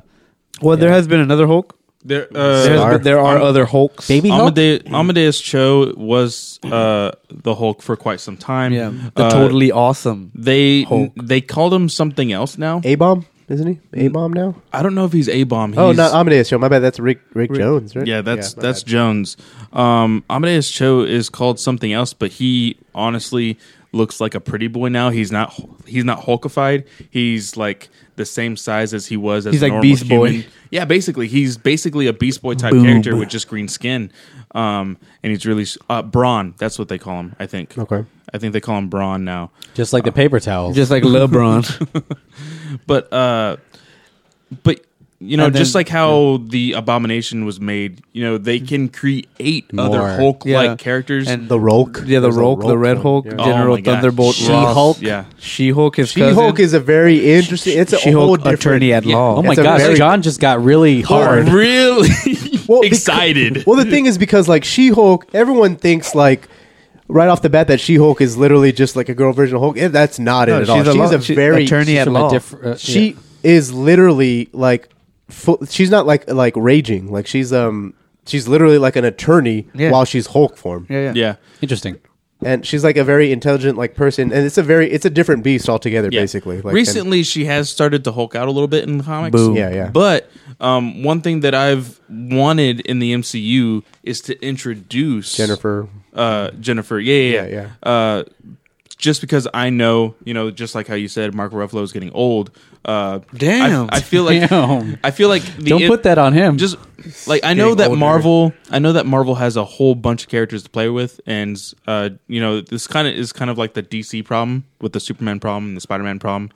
well, there has been another Hulk.
There,
There,
uh,
Scar.
has been, there are other Hulks.
baby Hulk.
Amadeus, Amadeus Cho was uh, the Hulk for quite some time.
yeah, the
Uh,
totally awesome.
They
Hulk.
they called him something else now.
A bomb isn't he?
Mm-hmm.
A bomb now?
I don't know if he's a bomb.
Oh, not Amadeus Show. My bad. That's Rick Rick, Jones, right?
Yeah, that's
my
that's
bad.
Jones. Um, Amadeus Cho is called something else, but he honestly looks like a pretty boy now. He's not he's not Hulkified. He's like the same size as he was as
He's
a
like
normal
Beast Boy.
human. Yeah, basically, he's basically a Beast Boy type character with just green skin. Um, and he's really s- uh, Braun. That's what they call him. I think.
Okay.
I think they call him Braun now.
Uh,
just like the paper towel.
Just like LeBron,
But uh, but you know,
And then-
just like how the Abomination was made, you know, they can create
More.
other Hulk-like
Yeah.
characters.
And-
The Rolk.
Yeah, the
There's a
Rolk, the Red Hulk,
one, yeah.
Oh
General
my God.
Thunderbolt,
She-Hulk.
Ross.
Yeah.
She-Hulk, his cousin.
She-Hulk is a very interesting. It's a whole
She-Hulk
different
attorney at law.
Oh my
It's a
gosh,
very-
John just got really
Oh,
hard.
really
Well, because-
excited.
well, the thing is because like She-Hulk, everyone thinks like right off the bat that She-Hulk is literally just like a girl version of Hulk. Eh, That's not
No,
it at all.
she's a
She's
law-
a
she-
very
attorney
she's
at
from
law.
a different- uh, She is literally like full, she's not like like raging. Like she's um she's literally like an attorney
Yeah.
while she's Hulk form.
Yeah, yeah.
yeah.
Interesting.
And she's like a very intelligent like person and it's a very it's a different beast altogether
Yeah.
basically. Like, and-
recently she has started to hulk out a little bit in the comics
Boom.
Yeah, yeah.
but um, one thing that i've wanted in the mcu is to introduce
Jennifer
uh, jennifer yeah yeah, yeah.
Yeah,
Uh, just because i know you know just like how you said mark ruffalo is getting old uh,
Damn.
I, I feel like
Damn.
i feel like the
Don't put that on him.
just like I know
getting
that
older.
Marvel, I know that Marvel has a whole bunch of characters to play with, and uh, you know this kind of is kind of like the DC problem with the Superman problem, and the Spider Man problem.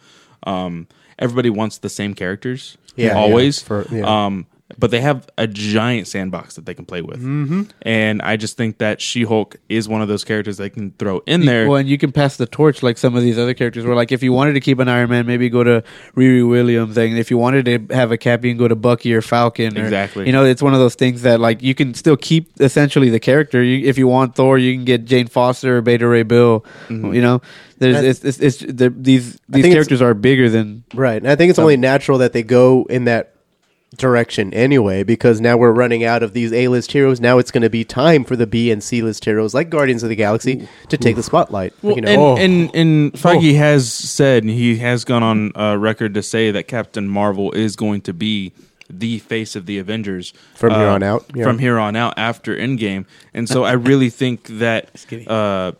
Um, everybody wants the same characters,
Yeah,
always.
yeah, for- yeah.
Um, but they have a giant sandbox that they can play with, mm-hmm. and I just think that She Hulk is one of those characters they can throw in there.
Well, and you can pass the torch like some of these other characters. Where like if you wanted to keep an Iron Man, maybe go to Riri Williams. And if you wanted to have a Cap, you can go to Bucky or Falcon. or-
Exactly.
You know, it's one of those things that like you can still keep essentially the character. You, if you want Thor, you can get Jane Foster or Beta Ray Bill. You know, there's it's, it's, it's, the these these
think it's-
characters are bigger than
Right. And I think it's only natural that they go in that direction anyway, because now we're running out of these A list heroes. Now it's going to be time for the B and C list heroes, like Guardians of the Galaxy, to take the spotlight.
Well,
you know, oh.
and, and and Feige has said and he has gone on uh, record to say that Captain Marvel is going to be the face of the Avengers
From
uh,
here on out, yeah.
From here on out, after Endgame, and so I really think that uh,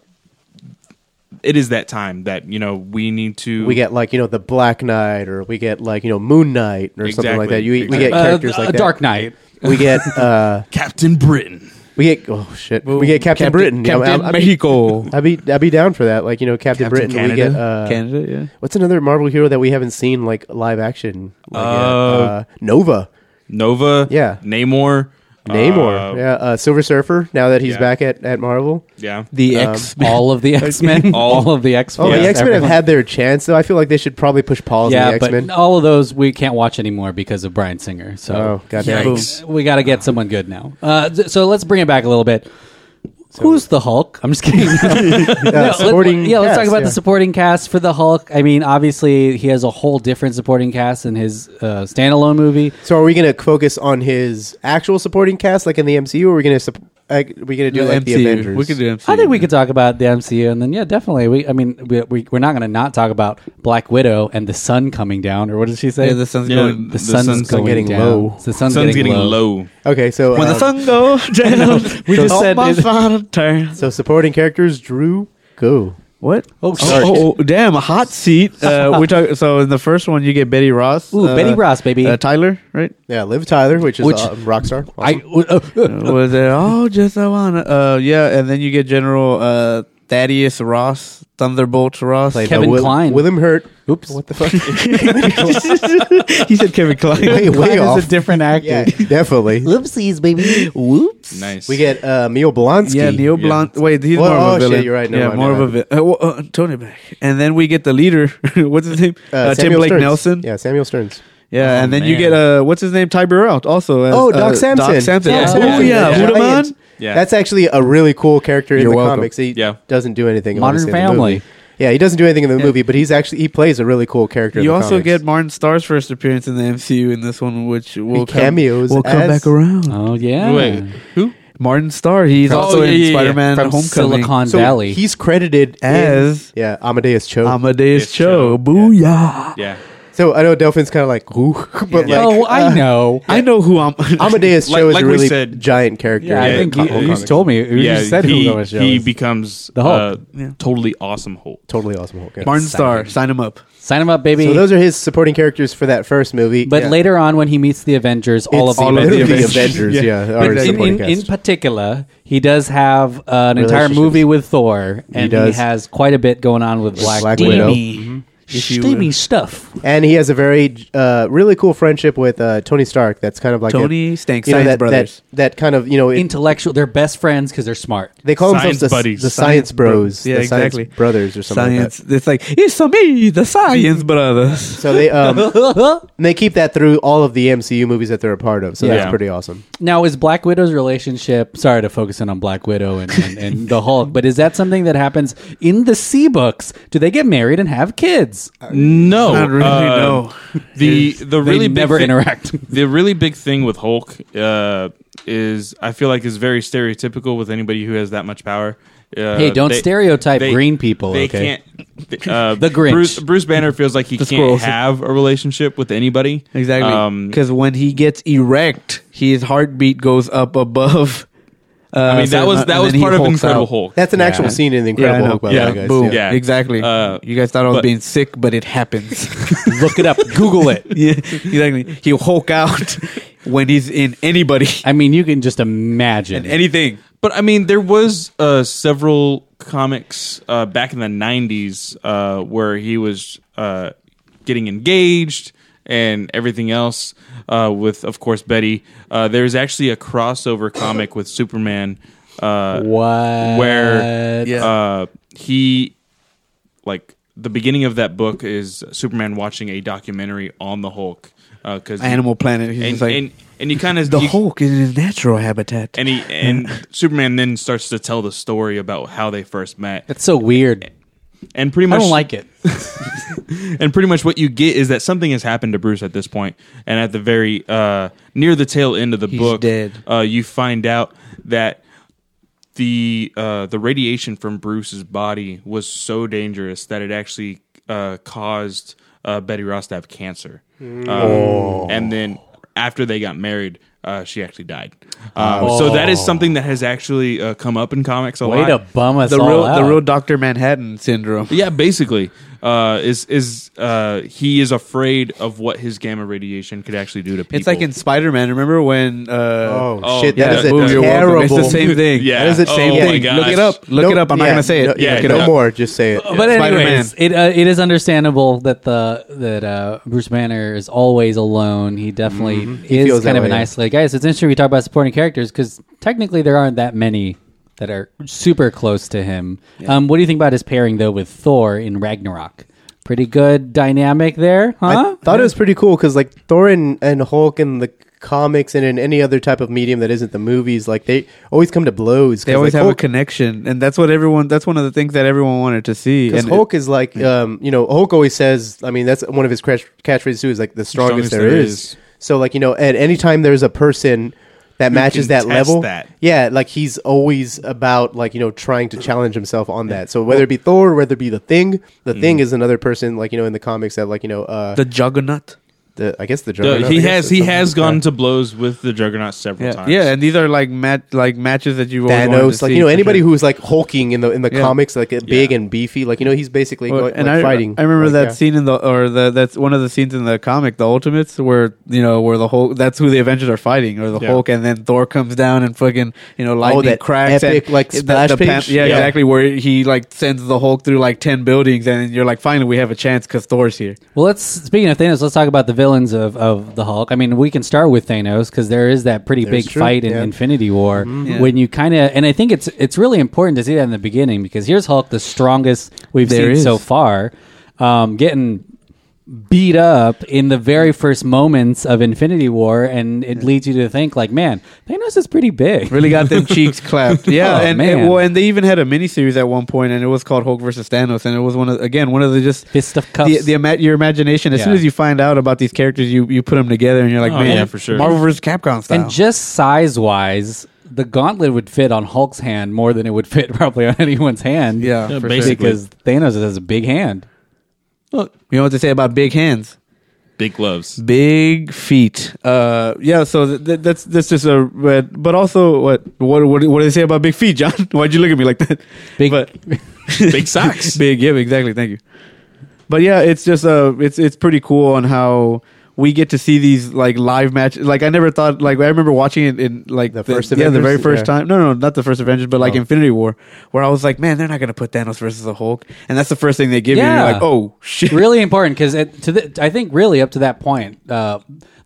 it is that time that you know we need to
we get like, you know, the Black Knight or we get like, you know, Moon Knight or something like
Exactly.
that. You, We
Exactly.
get
Uh,
characters like
a
that.
Dark Knight.
We get, uh,
Captain Britain.
we get, oh shit. We get Captain, Britain.
Captain
i i
Mexico,
I'd be, I'd be down for that. Like, you know, Captain,
Captain
Britain. We
Canada.
get, uh,
Canada. Yeah.
what's another Marvel hero that we haven't seen like live action? Like, yet? uh, Nova.
Nova,
Yeah.
Namor,
Namor,
uh,
yeah, uh, Silver Surfer. Now that he's
yeah.
back at, at Marvel,
yeah,
The X Men.
All of the X Men.
All-
all, of the X Men.
Um, oh, the X Men have had their chance though. I feel like they should probably push pause on
Yeah,
the X Men.
but all of those we can't watch anymore because of Brian Singer. So
Oh, goddamn.
Boom. we got to get someone good now. Uh, th- so let's bring it back a little bit. Who's the Hulk? I'm just kidding. No, let-
Uh, supporting
yeah, let's
cast,
talk about
yeah.
the supporting cast for the Hulk. I mean, obviously he has a whole different supporting cast in his uh, standalone movie.
So are we going to focus on his actual supporting cast, like in the MCU, or are we going to sup- uh, we going to do like the Avengers?
We could do MCU.
I think we could talk about the MCU, and then yeah, definitely. We, I mean, we, we we're not going to not talk about Black Widow and the sun coming down, or what did she say?
Yeah, the sun's
Yeah,
going.
the sun's, going
getting
down.
low.
The sun's,
sun's getting low.
Okay, so
When
um,
the sun goes down,
We just said
my
it-
final turn.
so supporting characters, Drew, go.
What?
Oh, sorry.
oh, oh, damn! A hot seat. Uh, we talk. So in the first one, you get Betty Ross.
Ooh,
uh,
Betty Ross, baby.
Uh, Tyler, right?
Yeah, Liv Tyler, which is
Which-
a rock star. Awesome.
I uh, uh,
Was it? Oh, just I wanna. Uh, yeah, and then you get General uh, Thaddeus Ross, Thunderbolt Ross.
Played by
Kevin
Will-
Kline.
Willem Hurt.
oops,
What the fuck?
he said Kevin Klein.
Way, way
That
off.
is a different actor.
yeah, definitely.
Oopsies, baby.
Whoops.
Nice.
We get uh, Emil Blonsky.
Yeah, Neil
Yeah.
Blunt. Wait, he's
Well,
more of
oh,
a
shit,
villain.
you're right, never
Yeah,
mind,
more
never
of a villain. Uh, well, uh, Tony back, and then we get the leader. what's his name? Uh, Tim
Samuel
Blake
Stearns.
Nelson.
Yeah, Samuel Stearns.
Yeah,
Oh,
and then
man.
you get uh, what's his name? Ty Burrell also. As,
Oh, Doc
uh,
Samson.
Doc Samson.
Yeah.
Oh yeah,
Yeah.
Huda
Giant.
Man?
Yeah.
That's actually a really cool character in
You're
the
welcome.
comics. He
Yeah.
doesn't do anything.
Modern
obviously, in the
Family.
movie. Yeah, he doesn't do anything in the movie, but he's actually he plays a really cool character. in
You
the
also
comics.
get Martin Starr's first appearance in the MCU in this one, which will come,
cameos
will come
as-
back around.
Oh yeah.
wait who
Martin Starr, he's
Oh,
also
yeah,
in
yeah, yeah.
Spider-Man:
From
Homecoming.
Silicon
so
Valley.
He's credited
As-
in, yeah Amadeus Cho.
Amadeus
Yes,
Cho,
Cho.
booyah!
yeah
so I know Delphin's kind of like who, but
Yeah.
like
oh, I know.
I know who I'm.
Amadeus Cho
Like-
is
like
a
we
really
said-
giant character.
yeah, I
in
think
the
you,
comic-
you
comics.
told me. You
yeah,
said
he,
who the show
he
is.
becomes
The Hulk.
Uh,
Yeah.
totally awesome Hulk.
totally awesome. Hulk, yeah.
Martin Starr, sign him up.
Sign him up, baby.
So those are his supporting characters for that first movie.
but
Yeah.
later on, when he meets the Avengers, all
It's
of the
all of the
Avengers.
literally
Avengers.
Avengers.
Yeah.
yeah,
But
are his
in,
supporting
in, in
cast.
particular, he does have uh, an entire
Relationships.
movie with Thor, and he,
does.
has quite a bit going on with Black,
Black
Widow.
Mm-hmm.
Widow.
Mhm.
if you will.
stuff.
and he has a very uh, really cool friendship with uh, Tony Stark. That's kind of like
Tony
a,
Stank,
you know,
Science
that,
Brothers.
That, that kind of you know it,
Intellectual. They're best friends because they're smart.
they call
Science
themselves the,
buddies.
the Science Bros,
Yeah,
the Science
exactly.
Brothers or something.
Science.
Like
It's like it's a me, the science brothers.
that. So they um,
now,
and they keep that through all of the MCU movies that they're a part of. So
Yeah.
that's pretty awesome.
is Black Widow's relationship? Sorry to focus in on Black Widow and, and, and the Hulk, but is that something that happens in the C books? Do they get married and have kids?
No,
Not really,
uh,
no.
The the
They
really big
never
thi-
interact.
the really big thing with Hulk uh, is I feel like is very stereotypical with anybody who has that much power. Uh,
Hey, don't stereotype green people,
They
okay?
can't. Uh,
The Grinch.
Bruce, Bruce Banner feels like he can't
squirrels.
have a relationship with anybody.
Exactly.
Um,
Because when he gets erect, his heartbeat goes up above. Uh,
I mean, that
so-
was
and
that
then
was
he
part of
hulks
Incredible
out.
Hulk.
That's an
Yeah.
actual scene in the
Yeah,
Incredible
I know.
Hulk. By
yeah,
the way, guys.
boom.
Yeah.
Exactly.
Uh,
you guys thought I was
but-
being sick, but it happens.
Look it up. Google it.
yeah, exactly. He'll Hulk out when he's in anybody
I mean, you can just imagine.
anything.
But I mean, there was uh, several comics uh, back in the '90s uh, where he was uh, getting engaged and everything else. Uh, with, of course, Betty. Uh, there's actually a crossover comic with Superman. Uh,
what?
Where
Yeah.
uh, he like the beginning of that book is Superman watching a documentary on the Hulk because
Uh, Animal Planet. He's
and,
just like
and and you kind of
the Hulk is in his natural habitat.
and he and Superman then starts to tell the story about how they first met,
That's so weird.
and pretty
I
much
don't like it.
and pretty much what you get is that something has happened to Bruce at this point, and at the very uh, near the tail end of the book,
dead.
Uh, you find out that the uh, the radiation from Bruce's body was so dangerous that it actually uh, caused uh, Betty Ross to have cancer, Um, and then after they got married. Uh, she actually died, um, so that is something that has actually uh, come up in comics a
Way
lot.
to bum us
the
all
real,
out.
the real Doctor Manhattan syndrome.
Yeah, basically, uh, is is uh, he is afraid of what his gamma radiation could actually do to people.
It's like in Spider Man. Remember when? Uh,
Oh,
Oh,
shit!
yeah,
That is
boom,
a
you're welcome.
terrible.
It's the same thing.
Yeah.
That is a
Oh
same
my
thing.
gosh.
Look it up. Look
Nope.
it up. I'm not
Yeah.
gonna say it.
No, yeah,
Look it
no
up.
more. Just say it.
But anyways,
Spider-Man.
it, uh, it is understandable that the that uh, Bruce Banner is always alone. He definitely is
feels
kind
that
of an
way, yeah.
isolated guy. So it's interesting we talk about supporting characters because technically there aren't that many that are super close to him. Um, what do you think about his pairing though with Thor in Ragnarok? Pretty good dynamic there, huh?
I thought it was pretty cool because like Thor and, and Hulk and the comics and in any other type of medium that isn't the movies, like they always come to blows. 'cause,
They always
like,
have
Hulk,
a connection, and that's what everyone. That's one of the things that everyone wanted to see.
Because
And
Hulk is like, um, you know, Hulk always says. I mean, that's one of his catch- catchphrases too. Is like the strongest,
Strongest there
there is.
is.
So like you know, at any time there's a person that matches
can
that
test
level.
that.
Yeah, like he's always about like you know trying to challenge himself on that. So whether it be Thor, whether it be the Thing, the Thing is another person like you know in the comics that like you know uh,
the
the,
Juggernaut.
I guess the
Uh,
Juggernaut. I
he
guess,
has
or
he
something.
has
Yeah.
gone to blows with the Juggernaut several
Yeah,
times.
yeah, and these are like mat like matches that you've always wanted
Thanos,
to
like
see,
you know
for
anybody
sure.
who's like hulking in the in the
Yeah.
comics, like big and beefy, like you know he's basically
Well,
going,
and
like,
I,
fighting.
I remember
Like,
that
yeah.
scene in the or the that's one of the scenes in the comic, the Ultimates, where you know where the Hulk that's who the Avengers are fighting, or the
Yeah.
Hulk, and then Thor comes down and fucking you know lightning
Oh, that
cracks
epic,
and
like,
the-
splash
the
page?
yeah,
Yeah.
exactly, where he like sends the Hulk through like ten buildings, and then you're like, finally, we have a chance because Thor's here.
Well, let's speaking of Thanos, let's talk about the villains of, of the Hulk. I mean, we can start with Thanos because there is that pretty
There's
big
true,
fight in
yeah.
Infinity War
Yeah.
when you kind of and I think it's it's really important to see that in the beginning because here's Hulk, the strongest we've
There
seen
is.
so far, um, getting beat up in the very first moments of Infinity War, and it leads you to think like, man, Thanos is pretty big.
Really got them cheeks clapped. Yeah,
Oh,
and,
man.
and well, and they even had a miniseries at one point, and it was called Hulk versus Thanos, and it was one of again one of the just
Fist of cuffs.
the, the ima- your imagination. As
Yeah.
soon as you find out about these characters, you you put them together, and you're like,
Oh,
man,
yeah, for sure.
Marvel versus Capcom style.
And just size wise, the gauntlet would fit on Hulk's hand more than it would fit probably on anyone's hand.
yeah,
Yeah,
for
basic-
sure.
because Thanos has a big hand.
Look, you know what they say about big hands.
big gloves.
Big feet, uh, yeah. So th- th- that's that's just a, but, but also what what what what do they say about big feet, John? Why'd you look at me like that?
Big-
but,
Big socks.
big yeah exactly thank you but yeah it's just uh it's it's pretty cool on how we get to see these like live matches. Like I never thought. Like I remember watching it in like
The first
yeah, the
Avengers?
very first
Yeah.
time. No, no, not the first Avengers, but like
Oh.
Infinity War, where I was like, man, they're not gonna put Thanos versus the Hulk, and that's the first thing they give you. And
Yeah.
you're like, oh shit.
really important because to the, I think really up to that point, uh,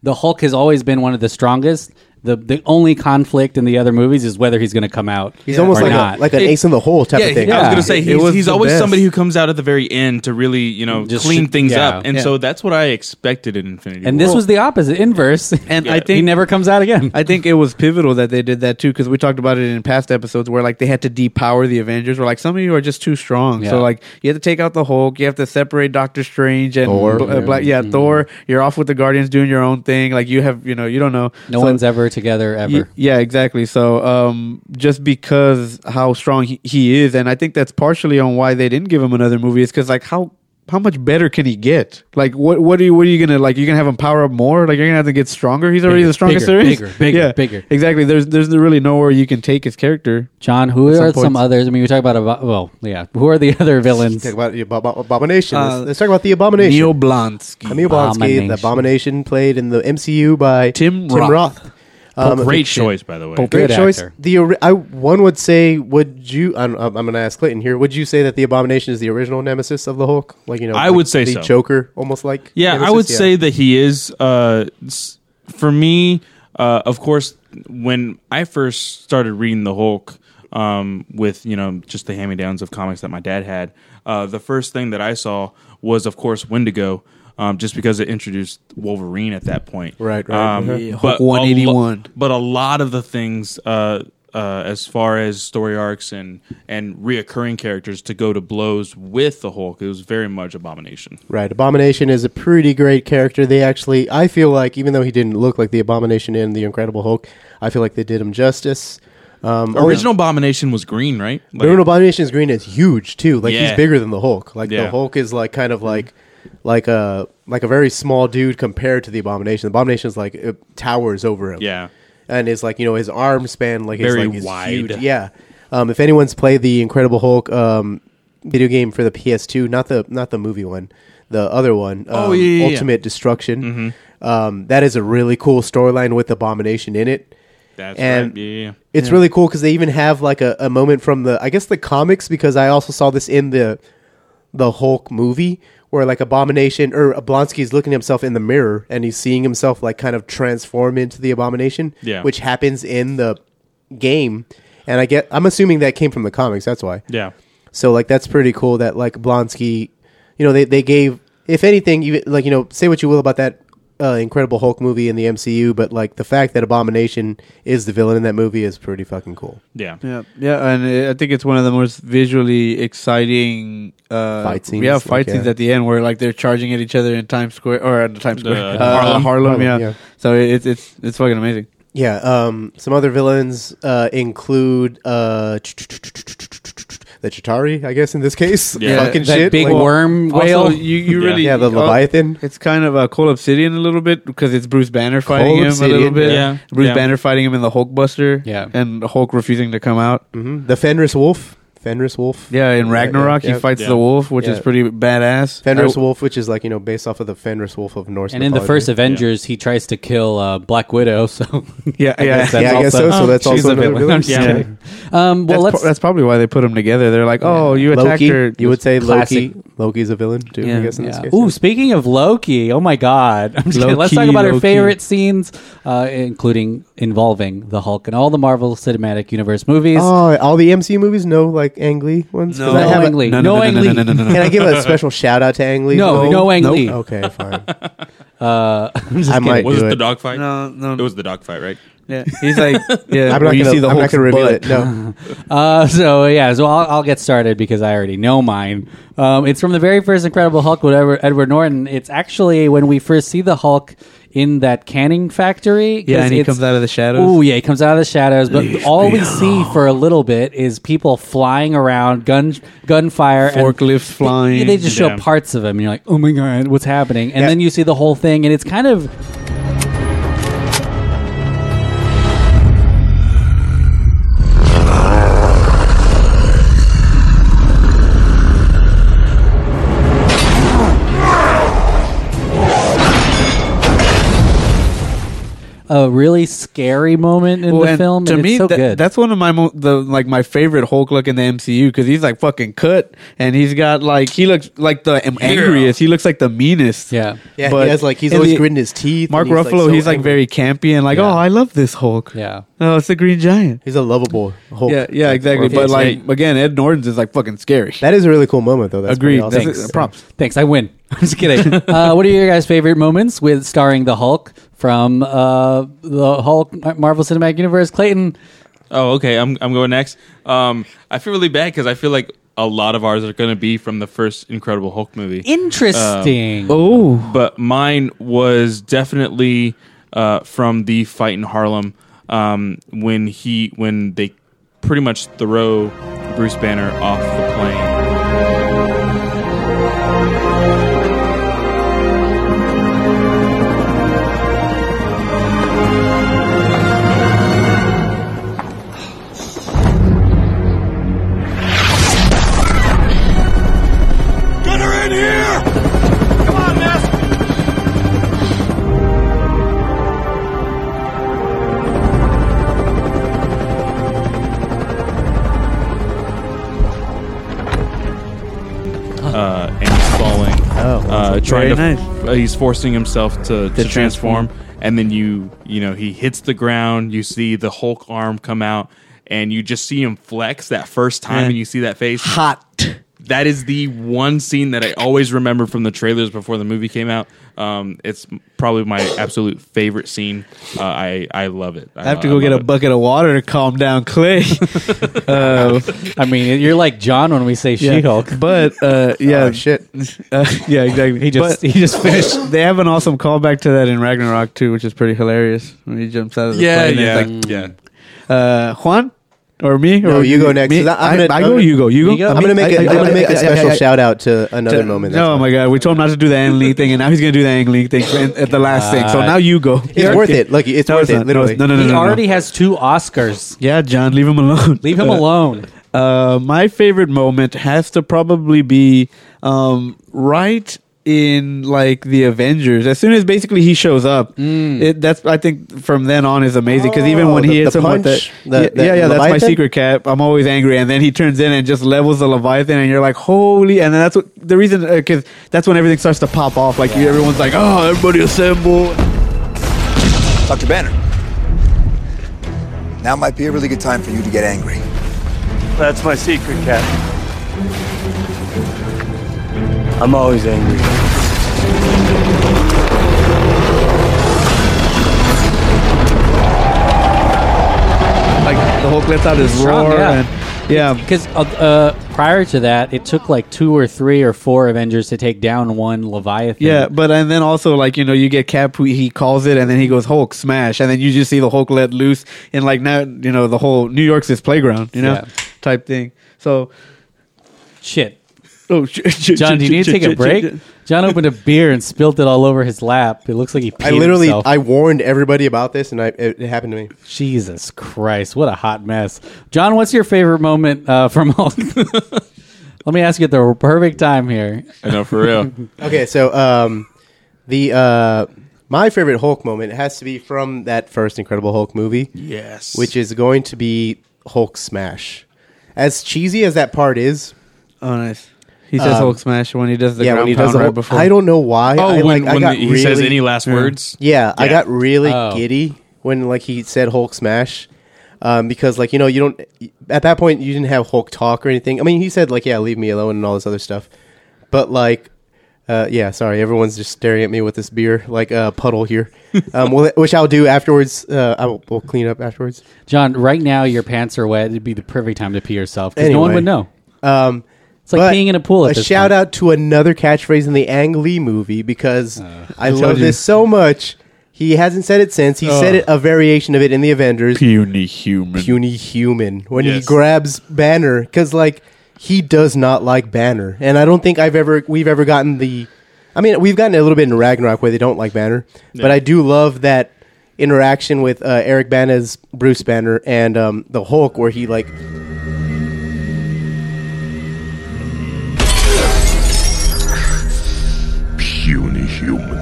the Hulk has always been one of the strongest. The the only conflict in the other movies is whether he's going to come out.
He's almost
or
like
not.
a, like an
It-
ace in the hole type
yeah,
of thing.
I was gonna
Yeah.
say
It
he's,
was
he's
the
always
best.
somebody who comes out at the very end to really you know
Just
clean
sh-
things
yeah.
up, and
Yeah.
so that's what I expected in Infinity.
and
War.
this was the opposite, inverse.
And
Yeah.
I
he
think
never comes out again.
I think it was pivotal that they did that too because we talked about it in past episodes where like they had to depower the Avengers. Where like some of you are just too strong,
Yeah.
so like you have to take out the Hulk, you have to separate Doctor Strange and
Thor.
Bla- uh, Black. Yeah,
Mm-hmm.
Thor. You're off with the Guardians doing your own thing. Like you have, you know, you don't know.
no
So-
one's ever together ever.
Y- yeah, exactly. So um, just because how strong he, he is, and I think that's partially on why they didn't give him another movie, is because like how how much better can he get? Like what what are you what are you gonna like? You're gonna have him power up more? Like you're gonna have to get stronger? He's already
Bigger,
the strongest
bigger,
series.
bigger, bigger, bigger.
Exactly. There's there's really nowhere you can take his character.
John, who
Some
are some
points.
others? I mean, we talk about abo- well, yeah. Who are the other villains?
Talk about the abob- abomination. Let's-
Uh,
let's, talk about the abomination.
Neil Blonsky.
Emil Blonsky,
Abomination.
the abomination played in the MCU by
Tim
Roth.
Roth.
Um,
great choice, by the way.
Pope-
Great
Good
choice.
actor.
The ori- I one would say, would you? I'm, I'm going to ask Clayton here. Would you say that the Abomination is the original nemesis of the Hulk? Like you know,
I
like
would say
the
so.
Joker, almost like
Yeah, I
nemesis?
would
Yeah.
say that he is. Uh, s- for me, uh, of course, when I first started reading the Hulk, um, with you know just the hand-me downs of comics that my dad had, uh, the first thing that I saw was, of course, Wendigo. Um, just because it introduced Wolverine at that point,
Right, right.
Um,
Yeah, Hulk
but a lo-
181.
but a lot of the things uh, uh, as far as story arcs and and reoccurring characters to go to blows with the Hulk, it was very much Abomination.
Right. Abomination is a pretty great character. They actually, I feel like, even though he didn't look like the Abomination in the Incredible Hulk, I feel like they did him justice. Um, only-
Original Abomination was green, right? Like,
Bruno Abomination's green is huge too. Like
Yeah.
he's bigger than the Hulk. Like
Yeah. Mm-hmm.
the Hulk is like kind of like like a like a very small dude compared to the Abomination. The Abomination is like it towers over him.
Yeah.
and it's like you know his arm span like is
Very
like is
wide.
Huge. Yeah. Um, if anyone's played the Incredible Hulk um, video game for the PS2, not the not the movie one, the other one, um,
Oh, yeah, Mm-hmm. yeah, yeah.
Ultimate Destruction. Um, that is a really cool storyline with Abomination in it.
That's
and
right. Yeah, yeah, yeah.
it's really cool because they even have like a, a moment from the I guess the comics because I also saw this in the the Hulk movie where like Abomination or Blonsky is looking at himself in the mirror and he's seeing himself like kind of transform into the Abomination,
Yeah.
which happens in the game. And I get I'm assuming that came from the comics. That's why.
Yeah.
So like that's pretty cool that like Blonsky, you know, they they gave if anything you like you know say what you will about that uh, Incredible Hulk movie in the MCU, but like the fact that Abomination is the villain in that movie is pretty fucking cool.
Yeah.
Yeah, yeah, and uh, I think it's one of the most visually exciting uh,
Fight scenes,
Yeah,
like,
fight scenes
yeah.
at the end where like they're charging at each other in Times Square or at the Times
The-
Square, uh, Harlem,
Harlem.
Harlem,
yeah.
yeah.
So it, it's it's it's fucking amazing.
Yeah. Um. Some other villains uh, include uh, the Chitari, I guess in this case.
Yeah.
Fucking
that
shit.
big
like-
worm whale.
Also, you you
Yeah.
really
Yeah, the
you- oh,
Leviathan.
It's kind of a Cold Obsidian a little bit because it's Bruce Banner fighting him a
Obsidian,
little bit.
yeah.
Bruce
Yeah.
Banner fighting him in the Hulk Buster.
Yeah.
and Hulk refusing to come out.
Mhm. The Fenris Wolf. Fenris Wolf.
Yeah, in Ragnarok
yeah,
he fights
yeah.
the wolf, which
Yeah.
is pretty badass.
Fenris
I-
Wolf, which is like you know based off of the Fenris Wolf of Norse.
and in the
Oh,
mythology.
first Avengers, he tries to kill uh, Black Widow. So
Yeah, yeah.
guess that's
yeah, I guess
also-
so. So that's
she's
also
a
another
villain.
villain.
I'm just
Yeah.
kidding. Um, well,
that's,
let's
pro- that's probably why they put them together. They're like, oh, you attacked
Loki,
her.
You would say
Classic.
Loki. Loki's a villain too. I
Yeah.
guess in this
Yeah.
case.
Ooh, speaking of Loki, oh my God! I'm just kidding. Let's
Loki,
talk about our
Loki.
favorite scenes, uh, including involving the Hulk and all the Marvel Cinematic Universe movies.
Oh, all the MCU movies, no like Ang Lee ones. 'Cause
No.
I have a-
Ang Lee.
No,
No
no, no,
Ang
no,
Lee.
no, no, no, no,
Can I give a special shout out to Ang Lee?
No,
Oh,
no Ang
nope.
Lee.
Okay, fine.
Uh, I'm just
I
kidding.
might
Was
do
it
it.
the dog fight?
No, no.
It was the dog fight, right?
Yeah. He's like, yeah. where
I'm not
you
gonna,
see the
I'm not
Hulk's
gonna reveal
butt.
it. No.
Uh, so yeah, so I'll, I'll get started because I already know mine. Um, it's from the very first Incredible Hulk with Edward, Edward Norton. It's actually when we first see the Hulk in that canning factory. 'cause
Yeah, and he
it's-
comes out of the shadows.
Ooh, yeah, he comes out of the shadows. But all we see for a little bit is people flying around, gun gunfire, and
Forklifts
They,
flying.
they just show
Yeah.
parts of him. And you're like, oh my god, what's happening? And
Yeah.
then you see the whole thing, and it's kind of a really scary moment in
Well,
the
and
film.
To
and
me,
it's so
tha-
good.
that's one of my mo- the like my favorite Hulk look in the MCU because he's like fucking cut and he's got like he looks like the am- angriest. He looks like the meanest.
Yeah.
Yeah,
But-
he has like he's
and
always
the-
gritting his teeth.
Mark
and he's,
Ruffalo,
like, so
he's like
angry.
very campy and like,
Yeah.
oh, I love this Hulk.
yeah.
Oh, it's the Green Giant.
he's a lovable Hulk.
Yeah, yeah, exactly. But
Ruffalo's
like
great.
again, Ed Norton's is like fucking scary.
that is a really cool moment though. That's
Agreed.
pretty Awesome.
That's it. props.
Thanks. I win. I'm just kidding. uh, what are your guys' favorite moments with starring the Hulk from uh, the Hulk Mar- Marvel Cinematic Universe? Clayton.
Oh, okay. I'm I'm going next. Um, I feel really bad because I feel like a lot of ours are going to be from the first Incredible Hulk movie.
Interesting.
Oh,
but mine was definitely uh, from the fight in Harlem um, when he when they pretty much throw Bruce Banner off the plane.
Get her in here! Come on, Ness!
Uh, and he's falling, uh, trying to.
Very nice.
uh, he's forcing himself to, to,
transform.
transform. and then you you know he hits the ground. You see the Hulk arm come out, and you just see him flex that first time,
Yeah.
and you see that face.
hot.
that is the one scene that I always remember from the trailers before the movie came out. Um, it's probably my absolute favorite scene. Uh, I I love it.
I have to go get a bucket of water to calm down Clay. uh,
I mean, you're like John when we say
yeah.
She-Hulk.
But uh, yeah,
Oh, shit.
Uh, yeah, exactly.
He just
But
he just finished.
they have an awesome callback to that in Ragnarok too, which is pretty hilarious when he jumps out of the
Yeah,
plane.
yeah,
and it's
yeah.
like, uh, Juan or me?
No,
or
you go next.
me?
'Cause I-
I,
I'm gonna-
I
I'm
go.
gonna-
You go. You go.
I'm gonna make
I-
a,
I-
I'm gonna
I-
make
I-
a
I-
special
I- I-
shout out to another
to-
moment.
No, oh
that's
my God, we told him not to do the Ang Lee thing, and now he's gonna do the Ang Lee thing at- at the last thing. So now you go.
It's worth it. Look, it's
No,
worth it,
not.
literally.
No, no, no,
he
no, no.
already has two Oscars.
Yeah, John, leave him alone.
Leave him
Uh,
alone.
Uh, my favorite moment has to probably be um, right in like the Avengers. As soon as basically he shows up, it, that's I think from then on is amazing because even
Mm. Oh,
when he
the-
hits
the
him with
punch,
the,
the-
yeah,
the
yeah, yeah, that's my
Leviathan?
secret cap. I'm always angry, and then he turns in and just levels the Leviathan, and you're like, holy! And then that's what the reason because that's when everything starts to pop off. Like everyone's like, oh, everybody assemble.
Dr. Banner. Now might be a really good time for you to get angry.
That's my secret, Cap. I'm always angry.
Like the Hulk lets out his
Strong,
roar,
yeah.
and yeah.
Because uh, uh, prior to that, it took like two or three or four Avengers to take down one Leviathan.
Yeah, but and then also like you know you get Cap who he calls it and then he goes Hulk smash and then you just see the Hulk let loose and like now you know the whole New York's his playground you know
Yeah.
type thing. So
Shit.
oh sh- sh-
John,
sh-
do you need
sh-
to take
sh-
a
sh-
break? John opened a beer and spilled it all over his lap. It looks like he peed
I literally
himself.
I warned everybody about this, and I, it, it happened to me.
Jesus Christ, what a hot mess. John, what's your favorite moment uh, from Hulk? Let me ask you at the perfect time here.
I know for real.
Okay, so um, the uh, my favorite Hulk moment has to be from that first Incredible Hulk movie.
yes,
which is going to be Hulk smash. As cheesy as that part is,
Oh nice. He says
Um,
Hulk smash when he does the
yeah,
ground
when he
pound
does the
right
Hulk,
before.
I don't know why.
oh
I, like,
when,
I
when
got
he says
really-
any last words.
Yeah, I
Yeah.
got really
Oh.
giddy when like he said Hulk smash. Um, because like you know you don't at that point you didn't have Hulk talk or anything. I mean he said like yeah leave me alone and all this other stuff, but like uh, yeah sorry everyone's just staring at me with this beer like a puddle here, um, well, which I'll do afterwards. Uh, I will we'll clean up afterwards.
John, right now your pants are wet. It'd be the perfect time to pee yourself because no one
Anyway.
would know.
Um,
It's like
But
peeing in a pool at
a
this
shout
point.
out to another catchphrase in the Ang Lee movie because I, love this so much. He hasn't said it since. He said it a variation of it in the Avengers.
Puny human.
Puny human when he
Yes.
grabs Banner because like he does not like Banner, and I don't think I've ever we've ever gotten the. I mean, we've gotten a little bit in Ragnarok where they don't like Banner, but I do love that interaction with uh, Eric Bana's Bruce Banner and um, the Hulk, where he like
puny human.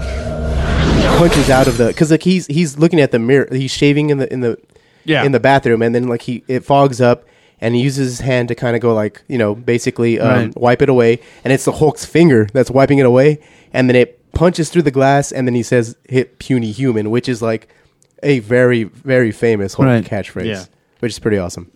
punches out of the because like he's he's looking at the mirror. He's shaving in the in the
Yeah.
in the bathroom, and then like he it fogs up. And he uses his hand to kind of go like you know basically um,
Right.
wipe it away, and it's the Hulk's finger that's wiping it away, and then it punches through the glass, and then he says "hit puny human," which is like a very very famous Hulk
Right.
catchphrase,
Yeah.
which is pretty awesome.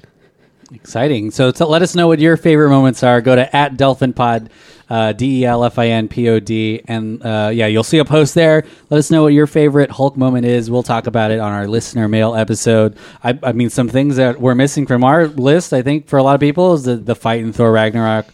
Exciting. So to let us know what your favorite moments are. Go to at Delphin Pod, uh, D E L F I N P O D. And uh, yeah, you'll see a post there. Let us know what your favorite Hulk moment is. We'll talk about it on our listener mail episode. I, I mean, some things that we're missing from our list, I think, for a lot of people is the, the fight in Thor Ragnarok.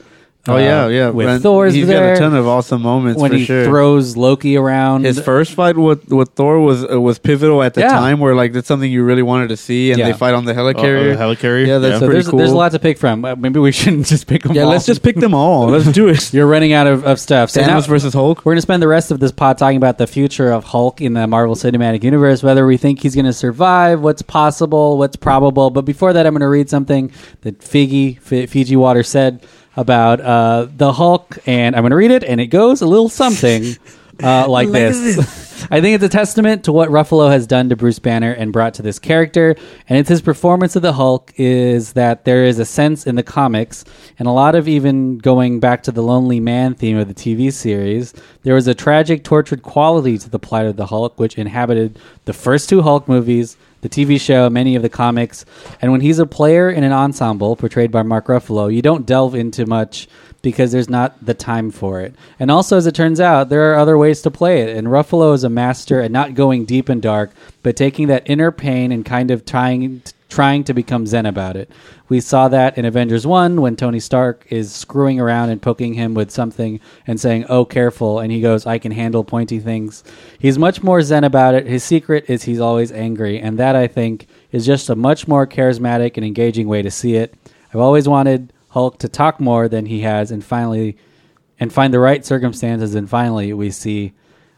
Oh
uh,
yeah, yeah.
With
Brent-
Thor's
he's
there.
got a ton of awesome moments
when
for
he
sure.
throws Loki around.
his first fight with, with Thor was uh, was pivotal at the
Yeah.
time, where like that's something you really wanted to see, and
Yeah. Uh,
they fight on the helicarrier.
Oh, the helicarrier?
yeah, that's
Yeah.
so
pretty
there's,
cool.
there's a lot to pick from. Uh, Maybe we shouldn't just pick them
yeah,
all.
let's just pick them all. Let's do it.
You're running out of, of stuff. So
Thanos
now-
versus Hulk.
We're going to spend the rest of this pod talking about the future of Hulk in the Marvel Cinematic Universe, whether we think he's going to survive, what's possible, what's probable. But before that, I'm going to read something that Figgy, F- Fiji Water said about uh, the Hulk, and I'm going to read it, and it goes a little something uh, like this. I think it's a testament to what Ruffalo has done to Bruce Banner and brought to this character, and it's his performance of the Hulk is that there is a sense in the comics, and a lot of even going back to the Lonely Man theme of the TV series, there was a tragic, tortured quality to the plight of the Hulk, which inhabited the first two Hulk movies, the TV show, many of the comics, and when he's a player in an ensemble portrayed by Mark Ruffalo, you don't delve into much because there's not the time for it. And also, as it turns out, there are other ways to play it, and Ruffalo is a master at not going deep and dark, but taking that inner pain and kind of trying trying to become zen about it. We saw that in Avengers 1 when Tony Stark is screwing around and poking him with something and saying, "Oh, careful." And he goes, "I can handle pointy things." He's much more zen about it. His secret is he's always angry, and that I think is just a much more charismatic and engaging way to see it. I've always wanted Hulk to talk more than he has and finally and find the right circumstances and finally we see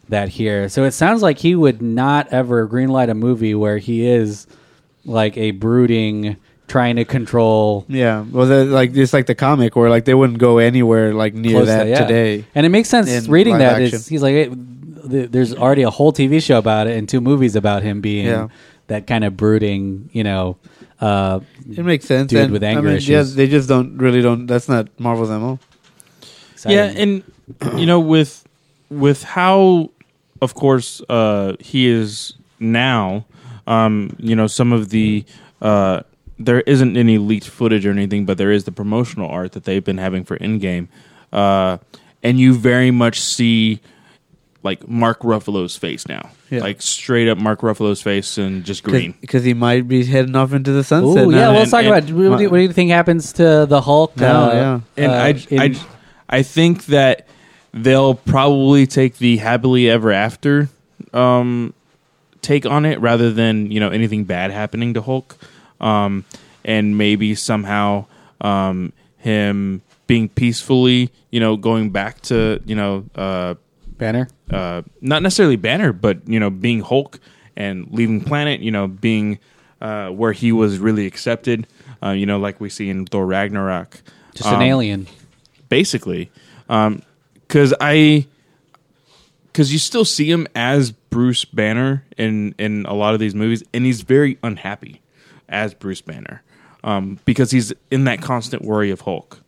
that here. So it sounds like he would not ever greenlight a movie where he is like a brooding trying to control
Yeah, well, they're, like just like the comic, where like they wouldn't go anywhere like near
close
that
to- yeah.
today.
And it makes sense
in
reading
live
that
action.
is he's like hey, th- there's already a whole TV show about it and two movies about him being
Yeah.
that kind of brooding, you know, uh
It makes sense.
Dude
and,
with anger
I mean,
issues.
yeah, they just don't really don't. That's not Marvel's mo.
yeah
exciting.
and you know with with how of course uh he is now um you know some of the uh there isn't any leaked footage or anything but there is the promotional art that they've been having for endgame uh and you very much see like mark ruffalo's face now
Yeah.
like straight up mark ruffalo's face and just green
because he might be heading off into the
Ooh,
sunset.
yeah,
now.
well, let's
and-
talk
and-
about what do, you, what do you think happens to the Hulk?
No, yeah.
and
uh,
I,
in-
I, I think that they'll probably take the happily ever after um, take on it rather than you know anything bad happening to Hulk, um, and maybe somehow um, him being peacefully you know going back to you know uh,
Banner.
uh, not necessarily Banner, but you know, being Hulk and leaving planet, you know, being uh, where he was really accepted, uh, you know, like we see in Thor Ragnarok,
Just an
Um,
alien.
basically, because I because you still see him as Bruce Banner in in a lot of these movies, and he's very unhappy as Bruce Banner um, because he's in that constant worry of Hulk.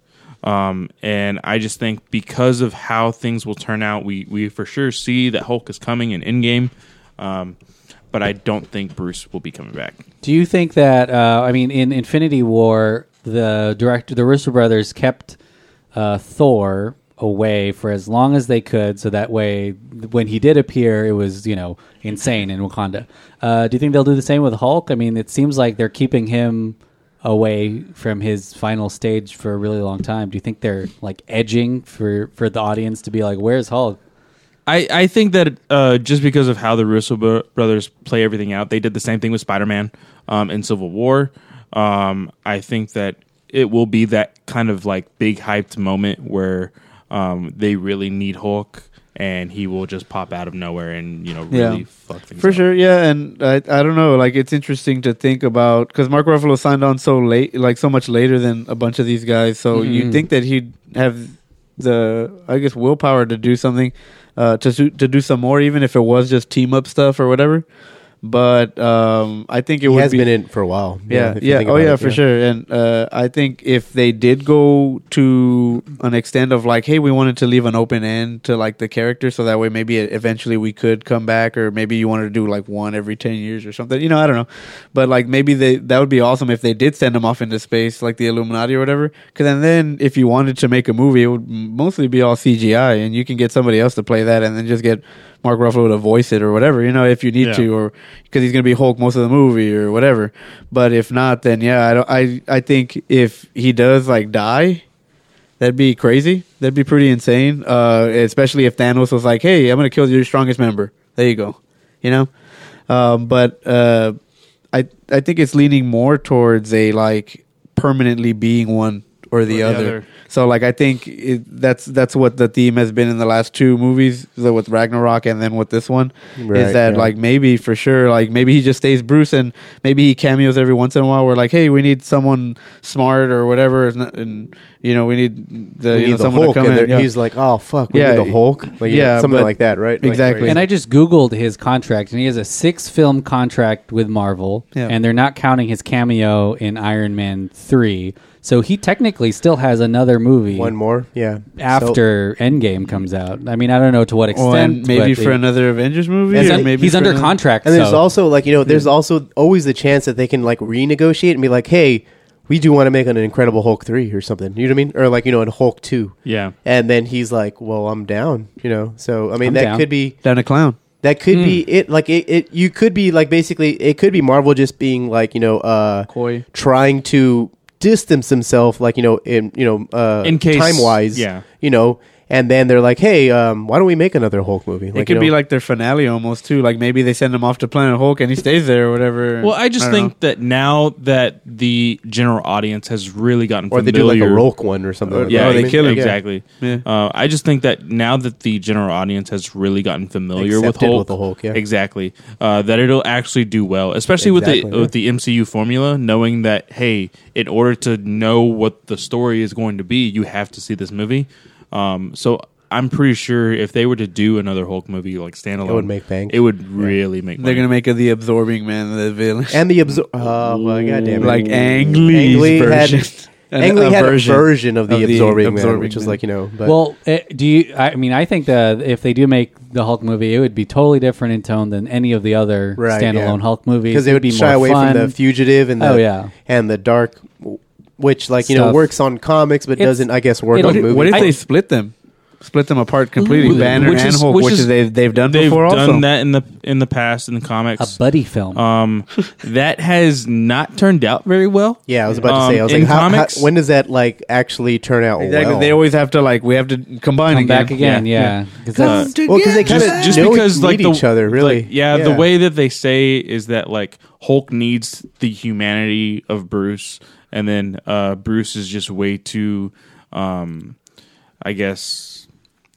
Um, and I just think because of how things will turn out, we we for sure see that Hulk is coming in Endgame, um, but I don't think Bruce will be coming back.
Do you think that uh, I mean in Infinity War the director the Russo brothers kept uh, Thor away for as long as they could so that way when he did appear it was you know insane in Wakanda. Uh, do you think they'll do the same with Hulk? I mean it seems like they're keeping him away from his final stage for a really long time. Do you think they're like edging for for the audience to be like where's Hulk?
I, I think that uh, just because of how the Russo bro- brothers play everything out, they did the same thing with Spider Man um, in Civil War. Um, I think that it will be that kind of like big hyped moment where um, they really need Hulk and he will just pop out of nowhere and you know really
Yeah.
fuck things
For
up.
sure, yeah, and I, I don't know, like it's interesting to think about because Mark Ruffalo
Mm-hmm.
signed on so late, like so much later than a bunch of these guys. So you'd think that he'd have the I guess willpower to do something, uh, to su- to do some more, even if it was just team up stuff or whatever. But um, I think it
He
would
has
be,
been in for a while.
yeah,
if you
yeah.
think
Oh,
about
yeah,
it,
for sure. And uh, I think if they did go to an extent of like, hey, we wanted to leave an open end to like the character, so that way maybe it, eventually we could come back, or maybe you wanted to do like one every ten years or something. You know, I don't know. But like maybe they that would be awesome if they did send them off into space, like the Illuminati or whatever. Because then, then if you wanted to make a movie, it would mostly be all CGI, and you can get somebody else to play that, and then just get Mark Ruffalo to voice it or whatever, you know, if you need
Yeah.
to, or because he's going to be Hulk most of the movie or whatever. But if not, then yeah, I don't. I I think if he does like die, that'd be crazy. That'd be pretty insane. Uh, especially if Thanos was like, "Hey, I'm going to kill your strongest member." There you go, you know. Um, but uh, I I think it's leaning more towards a like permanently being one or the,
the
other.
other.
So like I think it, that's that's what the theme has been in the last two movies so with Ragnarok and then with this one
Right,
is that
yeah.
like maybe for sure like maybe he just stays Bruce and maybe he cameos every once in a while. We're like, hey, we need someone smart or whatever, and, and you know we need the,
We
you
need
know,
the
someone
Hulk,
to come
and
in.
they're-
yeah.
he's like, "Oh fuck, we
Yeah,
need the Hulk." Like, you know,
yeah,
something
but-
like that, right? Like,
exactly.
crazy.
And I just Googled his contract, and he has a six film contract with Marvel,
Yeah.
and they're not counting his cameo in Iron Man 3. So he technically still has another movie
one more, yeah.
after Endgame comes out. I mean, I don't know to what
Or
extent.
Oh, maybe
but
for
it-
another Avengers movie,
he's,
or
un-
maybe
he's
for
under
another-
contract.
And there's
so-
also like you know, there's also always the chance that they can like renegotiate and be like, "Hey, we do want to make an Incredible Hulk three or something." You know what I mean? Or like you know, in Hulk two.
Yeah.
And then he's like, "Well, I'm down," you know. So I mean,
I'm
that
down.
could be
Down a clown.
that could be it. Like it, it, you could be like basically it could be Marvel just being like you know, uh,
Coy.
trying to distance himself, like you know, in you know, uh,
In case-
time wise,
yeah.
you know. And then they're like, "Hey, um, why don't we make another Hulk movie?"
It could be like their finale almost too. Like maybe they send him off to Planet Hulk and he stays there or whatever.
Well, I just
don't
think
know.
that now that the general audience has really gotten
or they do
familiar, Uh,
like a Hulk one or something. like
Yeah,
that.
Oh, they
I mean,
kill him.
exactly.
Yeah.
Uh, I just think that now that the general audience has really gotten familiar with
Accepted
Hulk,
with the Hulk, yeah.
exactly, uh, that it'll actually do well, especially with the
Exactly,
with the MCU formula, knowing that hey, in order to know what the story is going to be, you have to see this movie. Um, so. I'm pretty sure if they were to do another Hulk movie like standalone,
It would make bank.
It would really make.
they're
money.
gonna make it the absorbing man, the villain.
and the absor- oh well, goddamn it.
like Ang Lee's
Ang Lee had,
version. An-
Ang Lee
a
had a version of the absorbing, man,
Absorbing
which is
Man.
like you know, but
Well, eh, do you? I mean, I think that if they do make the Hulk movie, it would be totally different in tone than any of the other
Right, yeah.
standalone Hulk movies.
because they
It'd
would
be
shy
more
away
fun.
from the fugitive and the
Oh, yeah.
and the dark, w- which like you know
Stuff.
works on comics but
It's-
doesn't I guess work
it'll-
on
What if,
movies.
what if
I-
they split them? Split them apart completely,
Ooh.
Banner
Which
and
is-
Hulk,
which
which
is-
is, they've they've done
They've
before
done
also.
that in the in the past in the comics.
a buddy film.
Oh,
Um, that has not turned out very well.
yeah, I was about to say. I
Um,
was
in
like, how, how,
comics,
when does that like actually turn out?
Exactly.
well?
They always have to like we have to combine
Come
again.
back again, yeah. 'Cause that's-
well, because they kind
just,
of
just because like the,
each other really.
like, yeah, the way that they say is that like Hulk needs the humanity of Bruce, and then uh, Bruce is just way too, um, I guess,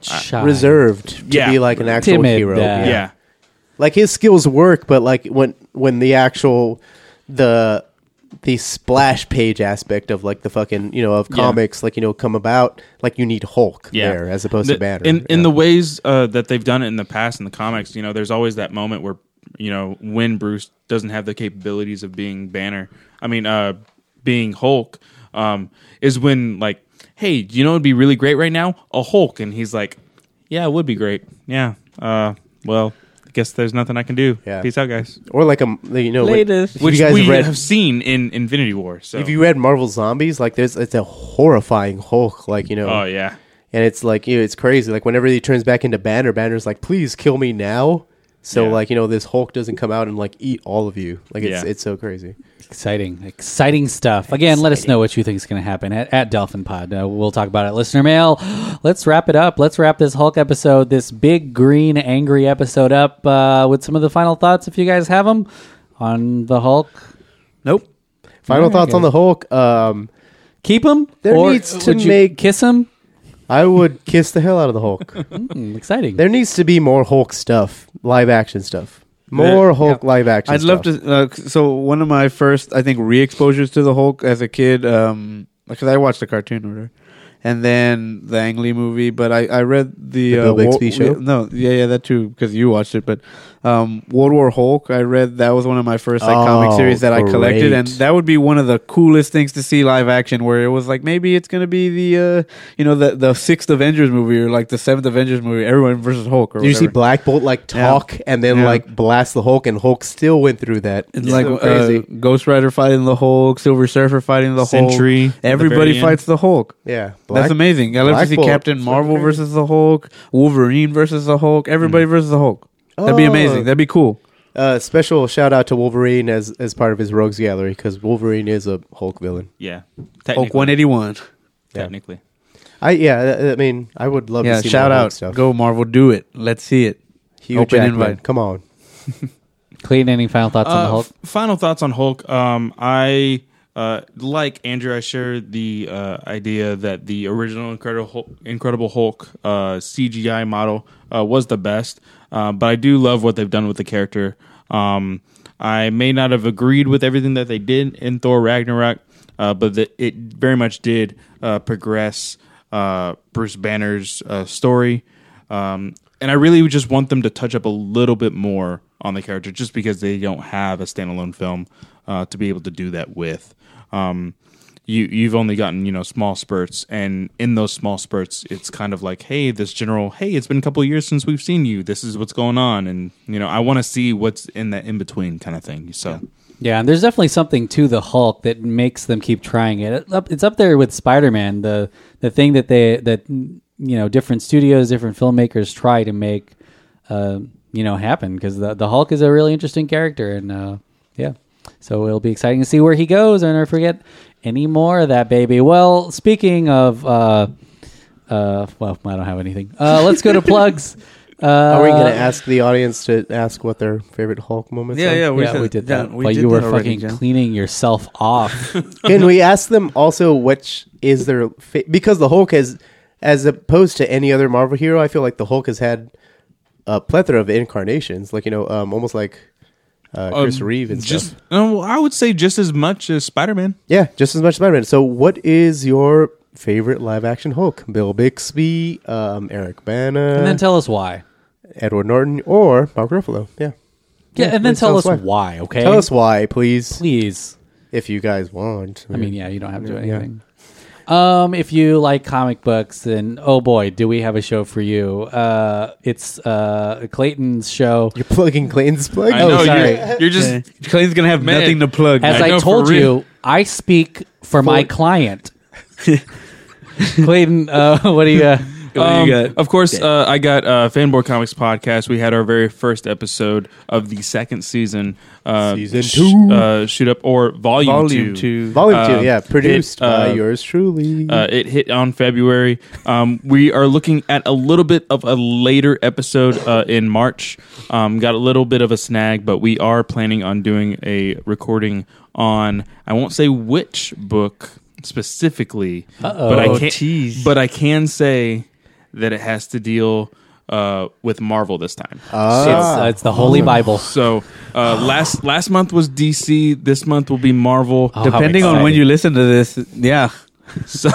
Uh,
Shy.
reserved to
Yeah.
be like an actual
Timid,
hero.
uh,
yeah.
Yeah.
like his skills work but like when when the actual the the splash page aspect of like the fucking you know of comics like you know come about like you need hulk
Yeah.
there as opposed
The-
to banner
In in
Yeah.
the ways uh, that they've done it in the past in the comics, you know, there's always that moment where you know when Bruce doesn't have the capabilities of being Banner. I mean, uh, being Hulk um, is when like, hey, you know, it'd be really great right now a Hulk, and he's like, yeah, it would be great. Yeah. Uh, well, I guess there's nothing I can do.
Yeah.
Peace out, guys.
or like a you know when-
Latest.
if
Which
you guys
we
read
have seen in Infinity War. So
if you read marvel zombies like there's it's a horrifying hulk like you know
oh yeah.
and it's like you know, it's crazy like whenever he turns back into banner banner's like please kill me now so
Yeah.
like you know this hulk doesn't come out and like eat all of you like it's
Yeah.
it's so crazy
Exciting, exciting stuff. Again, let us know what you think is going to happen at, at Dolphin Pod. Uh, we'll talk about it. Listener mail. Let's wrap it up. Let's wrap this Hulk episode, this big green angry episode up uh, with some of the final thoughts, if you guys have them, on the Hulk.
Nope.
final
Alright,
thoughts on
guys.
the hulk um
Keep him.
There needs to
would you
make-
kiss him.
I would kiss the hell out of the Hulk.
Hmm, exciting.
there needs to be more Hulk stuff, live action stuff. More Hulk live action.
I'd love to. Uh, c- so one of my um, first, I think, re-exposures to the Hulk as a kid, because I watched the cartoon order, and then the Ang Lee movie. But I, I read the,
The Bill
Wa-
Bixby Show?
No, yeah, yeah, that too because you watched it. But um, World War Hulk, I read that was one of my first like
Oh,
comic series that I collected,
great.
and that would be one of the coolest things to see live action. Where it was like maybe it's gonna be the uh, you know the the sixth Avengers movie or like the seventh Avengers movie, everyone versus Hulk. Or
Did you see
whatever.
Black Bolt like
Yeah.
talk and then
Yeah.
like blast the Hulk, and Hulk still went through that.
It's like
so
uh, Ghost Rider fighting the Hulk, Silver Surfer fighting the
Sentry
Hulk.
at the very
Everybody
end.
fights the Hulk.
yeah,
That's amazing. I love
Black
to see
Bolt.
Captain
It's
Marvel
crazy.
versus the Hulk, Wolverine versus the Hulk, everybody versus the Hulk. That'd be
Oh.
amazing. That'd be cool.
Uh, special shout out to Wolverine as as part of his Rogues Gallery because Wolverine is a Hulk villain.
Yeah.
Hulk
Technically.
181.
technically.
I yeah, uh, I- I mean, I would love
Yeah,
to see
shout
more Hulk
out.
stuff.
Go Marvel, do it. Let's see it.
Hugh
open
Jackman,
invite.
Come on,
Clayton, any final thoughts on the
Uh,
Hulk?
f- final thoughts on Hulk. Um, I uh, like Andrew. I share the uh, idea that the original Incredible Hulk, Incredible Hulk uh, CGI model uh, was the best, uh, but I do love what they've done with the character. Um, I may not have agreed with everything that they did in Thor Ragnarok, uh, but the, it very much did uh, progress uh, Bruce Banner's uh, story. Um, and I really would just want them to touch up a little bit more on the character just because they don't have a standalone film uh, to be able to do that with. Um, you, you've only gotten you know small spurts, and in those small spurts, it's kind of like, hey, this general, hey, it's been a couple of years since we've seen you. This is what's going on, and you know, I want to see what's in that in between kind of thing. So,
Yeah, and there's definitely something to the Hulk that makes them keep trying it. It's up, it's up there with Spider-Man, the the thing that they that you know different studios, different filmmakers try to make uh, you know happen because the the Hulk is a really interesting character, and uh, yeah, so it'll be exciting to see where he goes, and I forget any more of that baby. Well, speaking of. Uh, uh, well, I don't have anything. Uh, let's go to plugs. Uh,
are we going to ask the audience to ask what their favorite Hulk moments? are?
yeah, we did that. While you were fucking cleaning yourself off.
Can we ask them also which is their fa- because the Hulk has, as opposed to any other Marvel hero, I feel like the Hulk has had a plethora of incarnations, like you know, um, almost like uh, Chris
Um,
Reeve and
just
stuff.
no, I would say just as much as Spider Man.
Yeah, just as much Spider-Man. So, what is your favorite live-action Hulk? Bill Bixby, um, Eric Bana,
and then tell us why.
Edward Norton, or Mark Ruffalo? Yeah,
Yeah, and then
please
tell us why. okay?
Tell us why, please,
please.
if you guys want.
I mean, yeah, you don't have to do
Yeah.
anything. Um, if you like comic books, then oh boy, do we have a show for you. Uh, it's uh, Clayton's show.
you're plugging Clayton's plug.
I
Oh,
know
sorry.
you're, you're just
Clayton's gonna have
Man.
nothing to plug.
As
I
I,
know, for
told
real.
you, I speak for my client. Clayton, uh, what do you? Uh,
What do you
Um,
got?
Of course, uh, I got uh, Fanboy Comics podcast. We had our very first episode of the second season, uh,
Season
sh-
two.
uh, shoot up or volume,
Volume
two.
Oh,
two.
Volume
Uh,
two, yeah, produced
it, uh,
by yours truly.
Uh, it hit on February. Um, we are looking at a little bit of a later episode uh, in March. Um, got a little bit of a snag, but we are planning on doing a recording on. I won't say which book specifically, but
Oh,
I can.
tease.
But I can say that it has to deal uh, with Marvel this time.
it's, uh, oh. it's the Holy Bible.
so uh, last last month was DC. This month will be Marvel.
Oh, how
Depending on when
exciting.
you listen to this, yeah.
So-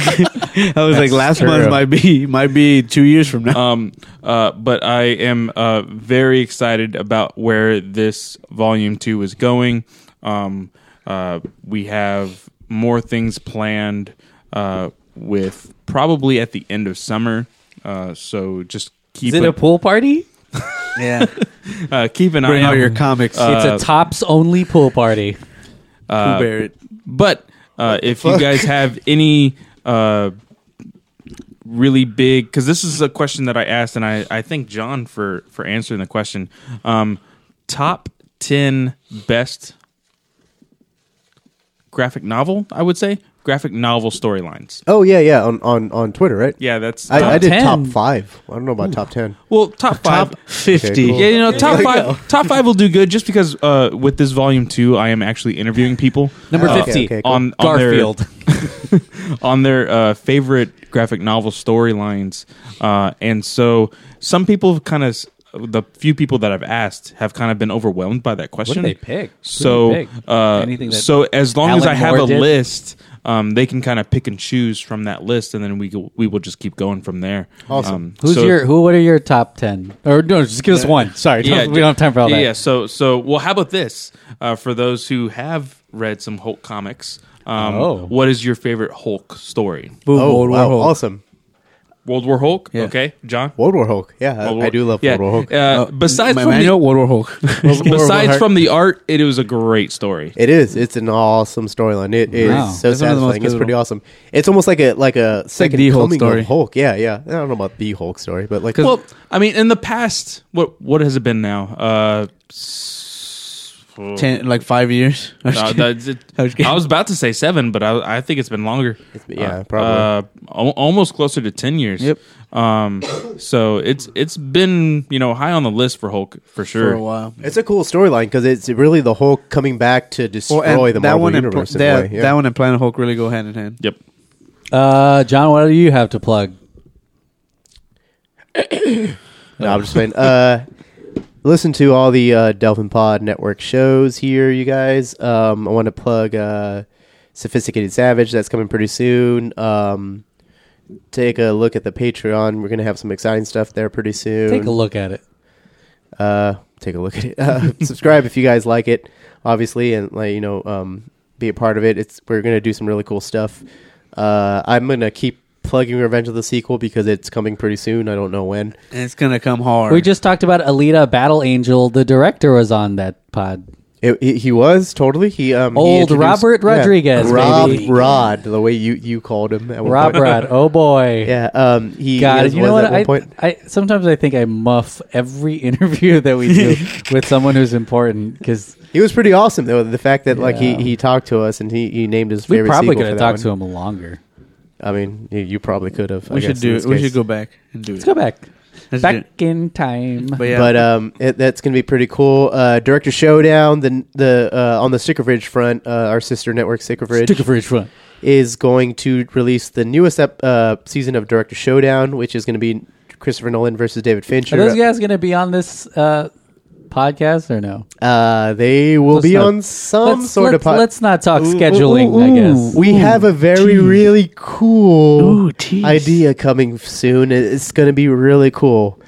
I was like, last month might be might be two years from now.
um, uh, but I am uh, very excited about where this volume two is going. Um, uh, we have more things planned uh, with probably at the end of summer. Uh, so just keep
Is it
a-
a pool party?
yeah,
uh, keep an
bring
eye
out
out.
your comics.
it's a tops only pool party.
Pooh Barrett.
But uh, if you guys have any uh, really big, because this is a question that I asked, and I, I thank John for for answering the question. Um, top ten best graphic novel, I would say graphic novel storylines.
oh yeah, yeah, on on on Twitter, right?
Yeah, that's
I,
top-
I did
10.
top five. I don't know about top ten.
well top five.
Top fifty.
cool.
Yeah, you know, top five, top five will do good just because uh, with this volume two, I am actually interviewing people.
Number
Uh,
fifty.
okay, cool.
on, on their-
Garfield.
on their uh, favorite graphic novel storylines, uh, and so some people kind of the few people that I've asked have kind of been overwhelmed by that question.
they pick? Who
So,
did they pick?
Uh,
Anything that
so as long as
Alan
I have
Moore
a
did?
list, um, they can kind of pick and choose from that list, and then we go- we will just keep going from there.
Awesome.
Um,
Who's
so-
your who? What are your top ten? Or no, just give us one. Sorry, don't- we don't have time for all
yeah,
that.
Yeah, so so well, how about this? Uh, for those who have read some Hulk comics, um,
Oh.
what is your favorite Hulk story?
Boom,
Oh,
World War
wow,
Hulk.
awesome.
World War Hulk. Okay, John.
World War Hulk. Yeah, I-
World
I,
War-
do love
yeah.
World War Hulk.
Uh, besides
My
from the-
manual, World War Hulk.
besides from the art, it was a great story.
It is. It's an awesome storyline. It is
Wow.
so
That's one of the most
satisfying. It's pretty
pivotal.
awesome. It's almost like a like a second
the Hulk
coming
story.
of Hulk. Yeah, yeah. I don't know about the Hulk story, but like
Well, I mean, in the past, what what has it been now? Uh, s- oh,
Ten, like five years. I'm just
uh,
kidding.
that's it-
I was kidding.
I was about to say seven, but I, I think it's been longer.
been- yeah,
Uh,
probably.
uh, al- almost closer to ten years.
Yep.
Um, so it's it's been you know high on the list for Hulk for sure.
for a while.
it's a cool storyline because it's really the Hulk coming back to destroy the Marvel
one and Pla-
universe. in a
that-
way, yeah.
that one and Planet Hulk really go hand in hand.
Yep.
Uh, John, what do you have to plug?
No, I'm just playing. Uh, listen to all the uh, Delphin Pod Network shows here, you guys. Um, I want to plug uh, Sophisticated Savage. That's coming pretty soon. Um, take a look at the Patreon. We're going to have some exciting stuff there pretty soon.
Take a look at it.
Uh, take a look at it. Uh, subscribe if you guys like it, obviously, and like you know, um, be a part of it. It's we're gonna do some really cool stuff. Uh, I'm gonna keep plugging Revenge of the Sequel because it's coming pretty soon. I don't know when.
And it's gonna come hard.
We just talked about Alita Battle Angel. The director was on that pod.
It, he, he was totally he um he
Old
introduced-
Robert Rodriguez,
Rob
baby.
Rod the way you you called him at one
Rob
point.
Rod. Oh boy.
yeah um he
God,
was,
you know what?
at one
I,
point
I sometimes I think I muff every interview that we do with someone who's important because
he was pretty awesome though the fact that like he
Yeah.
he talked to us and he he named his
we
favorite
probably
sequel
could
for
have
that
talked to
one.
him longer.
I mean you, you probably could have
we should do it. We should go back and do it.
Let's go back,
Let's do
back
it.
in time.
But uh, yeah,
But um, it, that's going to be pretty cool. Uh, Director Showdown, the the uh, on the Sticker Fridge front, uh, our sister network Sticker Fridge
Stick a fridge front.
is going to release the newest ep- uh, season of Director Showdown, which is going to be Christopher Nolan versus David
Are
Fincher.
those guys going to be on this uh, podcast or no?
Uh, they will
Let's
be
not-
on
Um,
some
let's,
sort
let's,
of pod-
let's not talk
Ooh, ooh,
scheduling.
ooh,
I
ooh.
guess
We have a very really cool
Ooh, tease.
idea coming f- soon. It- It's going to be really cool.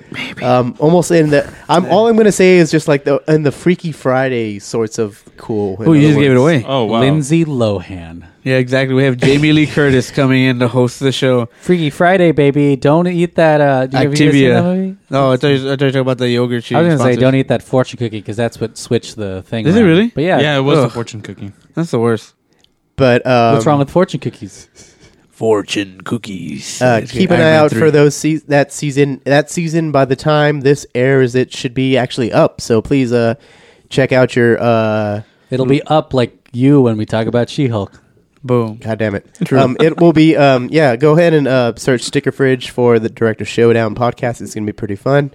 Um, almost in the. I'm all I'm going to say is just like the in the Freaky Friday sorts of cool. in
oh, you
other
just gave it away.
words.
Oh wow.
Lindsay Lohan.
Yeah, exactly. We have Jamie Lee Curtis coming in to host the show.
Freaky Friday, baby. Don't eat that. Uh, do you, have you guys seen that
Activia.
movie?
No, Oh, I thought you, I thought you were talking about the yogurt. she
I was going to say,
sponsors.
don't eat that fortune cookie because that's what switched the thing.
Is it
around.
really?
But yeah.
Yeah, it was the
Ugh.
fortune cookie.
That's the worst.
But um,
What's wrong with fortune cookies?
Fortune cookies.
Uh, keep an eye out for those se- that season. That season, by the time this airs, it should be actually up. So please, uh, check out your. Uh,
It'll be up like you when we talk about She Hulk.
Boom.
God damn it! Um, it will be. Um, yeah, go ahead and uh, search Sticker Fridge for the Director Showdown podcast. It's going to be pretty fun.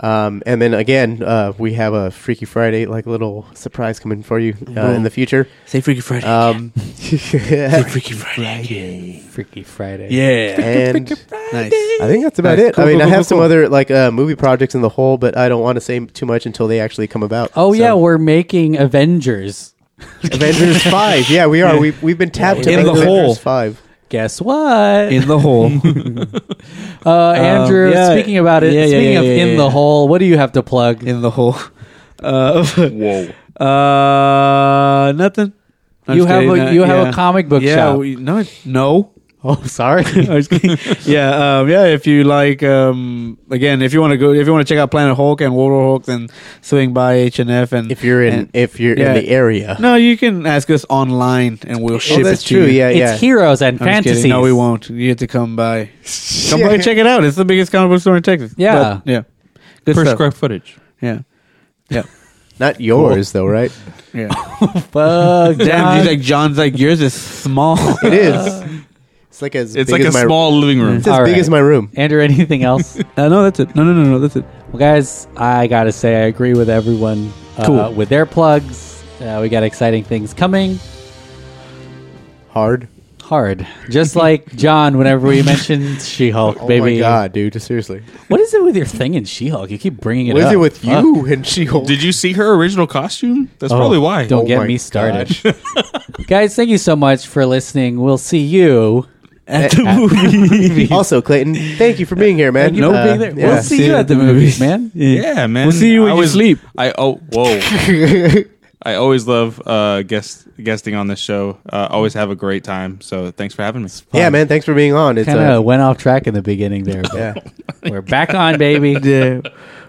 Um, and then again, uh, we have a Freaky Friday like little surprise coming for you uh, in the future.
Say Freaky Friday.
Um,
Freaky Friday.
Freaky Friday.
Yeah.
and
Nice.
I think that's about
Nice.
it.
Cool,
I mean,
cool,
I
cool,
have some
cool.
other like uh, movie projects in the hole, but I don't want to say too much until they actually come about.
Oh, yeah.
So-
We're making Avengers.
Avengers Five. Yeah, we are. We've we've been tapped to
In
make
the
Avengers
hole.
Five.
Guess what?
In the hole.
uh, Andrew,
yeah.
speaking about it,
Yeah, yeah,
speaking
yeah,
of
yeah,
In
yeah,
the
yeah.
Hole, what do you have to plug?
in the hole. Uh,
Whoa.
uh, nothing. I'm
You
just
have
kidding.
a-
Uh,
you have a comic book
yeah,
shop.
We, no, no.
Oh, sorry.
I was kidding. yeah, um, yeah. If you like, um, again, if you want to go, if you want to check out Planet Hulk and World War Hulk, then swing by H and F. And
If you're in,
and-
if you're
yeah.
in the area,
no, you can ask us online, and we'll ship
oh, that's
it to
true.
you.
Yeah, yeah.
It's heroes and
Uh, I'm just kidding.
fantasies.
No, we won't. You have to come by. Come by and check it out. It's the biggest comic book store in Texas.
Yeah.
But, yeah. Good
Per
stuff.
square footage.
Yeah, yeah,
Not yours though, right?
yeah.
Fuck,
Damn,
John.
he's like John's. Like yours is small.
It is. It's like as
It's
big
like a
as my,
small living room.
It's as
All
big
right.
as my room.
Andrew, anything else?
Uh, no, that's it. No, no, no, no, that's it.
Well, guys, I gotta say I agree with everyone uh,
Cool.
with their plugs. Uh, we got exciting things coming.
Hard.
hard. Just like John, whenever we mentioned She Hulk,
Oh
baby.
my god, dude! Seriously,
What is it with your thing in She Hulk? You keep bringing it
what
up.
is it with
Fuck.
you and She Hulk?
Did you see her original costume? That's
Oh,
probably why.
Don't
Oh
get
my
me started. Guys, thank you so much for listening. We'll see you.
At the movie.
Also, Clayton, thank you for being here, man.
Thank you for
Uh,
being there.
yeah.
We'll see you at the movies, man.
Yeah, man.
We'll see you when
I
you
was-
sleep.
I oh whoa. I always love uh, guest guesting on this show. Uh, always have a great time. So thanks for having me.
Yeah, man. Thanks for being on. It's
Kind of
uh,
went off track in the beginning there. But
yeah.
We're back on, baby.
yeah,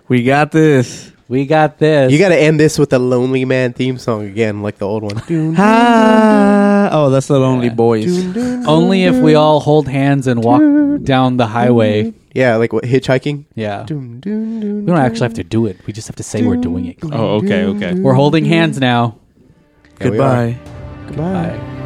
we got this.
We got this.
You got to end this with the Lonely Man theme song again, like the old one. Doon,
Ah, oh, that's the Lonely Boys.
doon, doon.
Only if we all hold hands and walk down the highway.
yeah, like what hitchhiking.
Yeah. We
Doon, doon, doon.
don't actually have to do it. We just have to say we're doing it.
Oh, okay, okay.
We're holding hands now.
Yeah, we are.
Goodbye.
Goodbye.
Bye.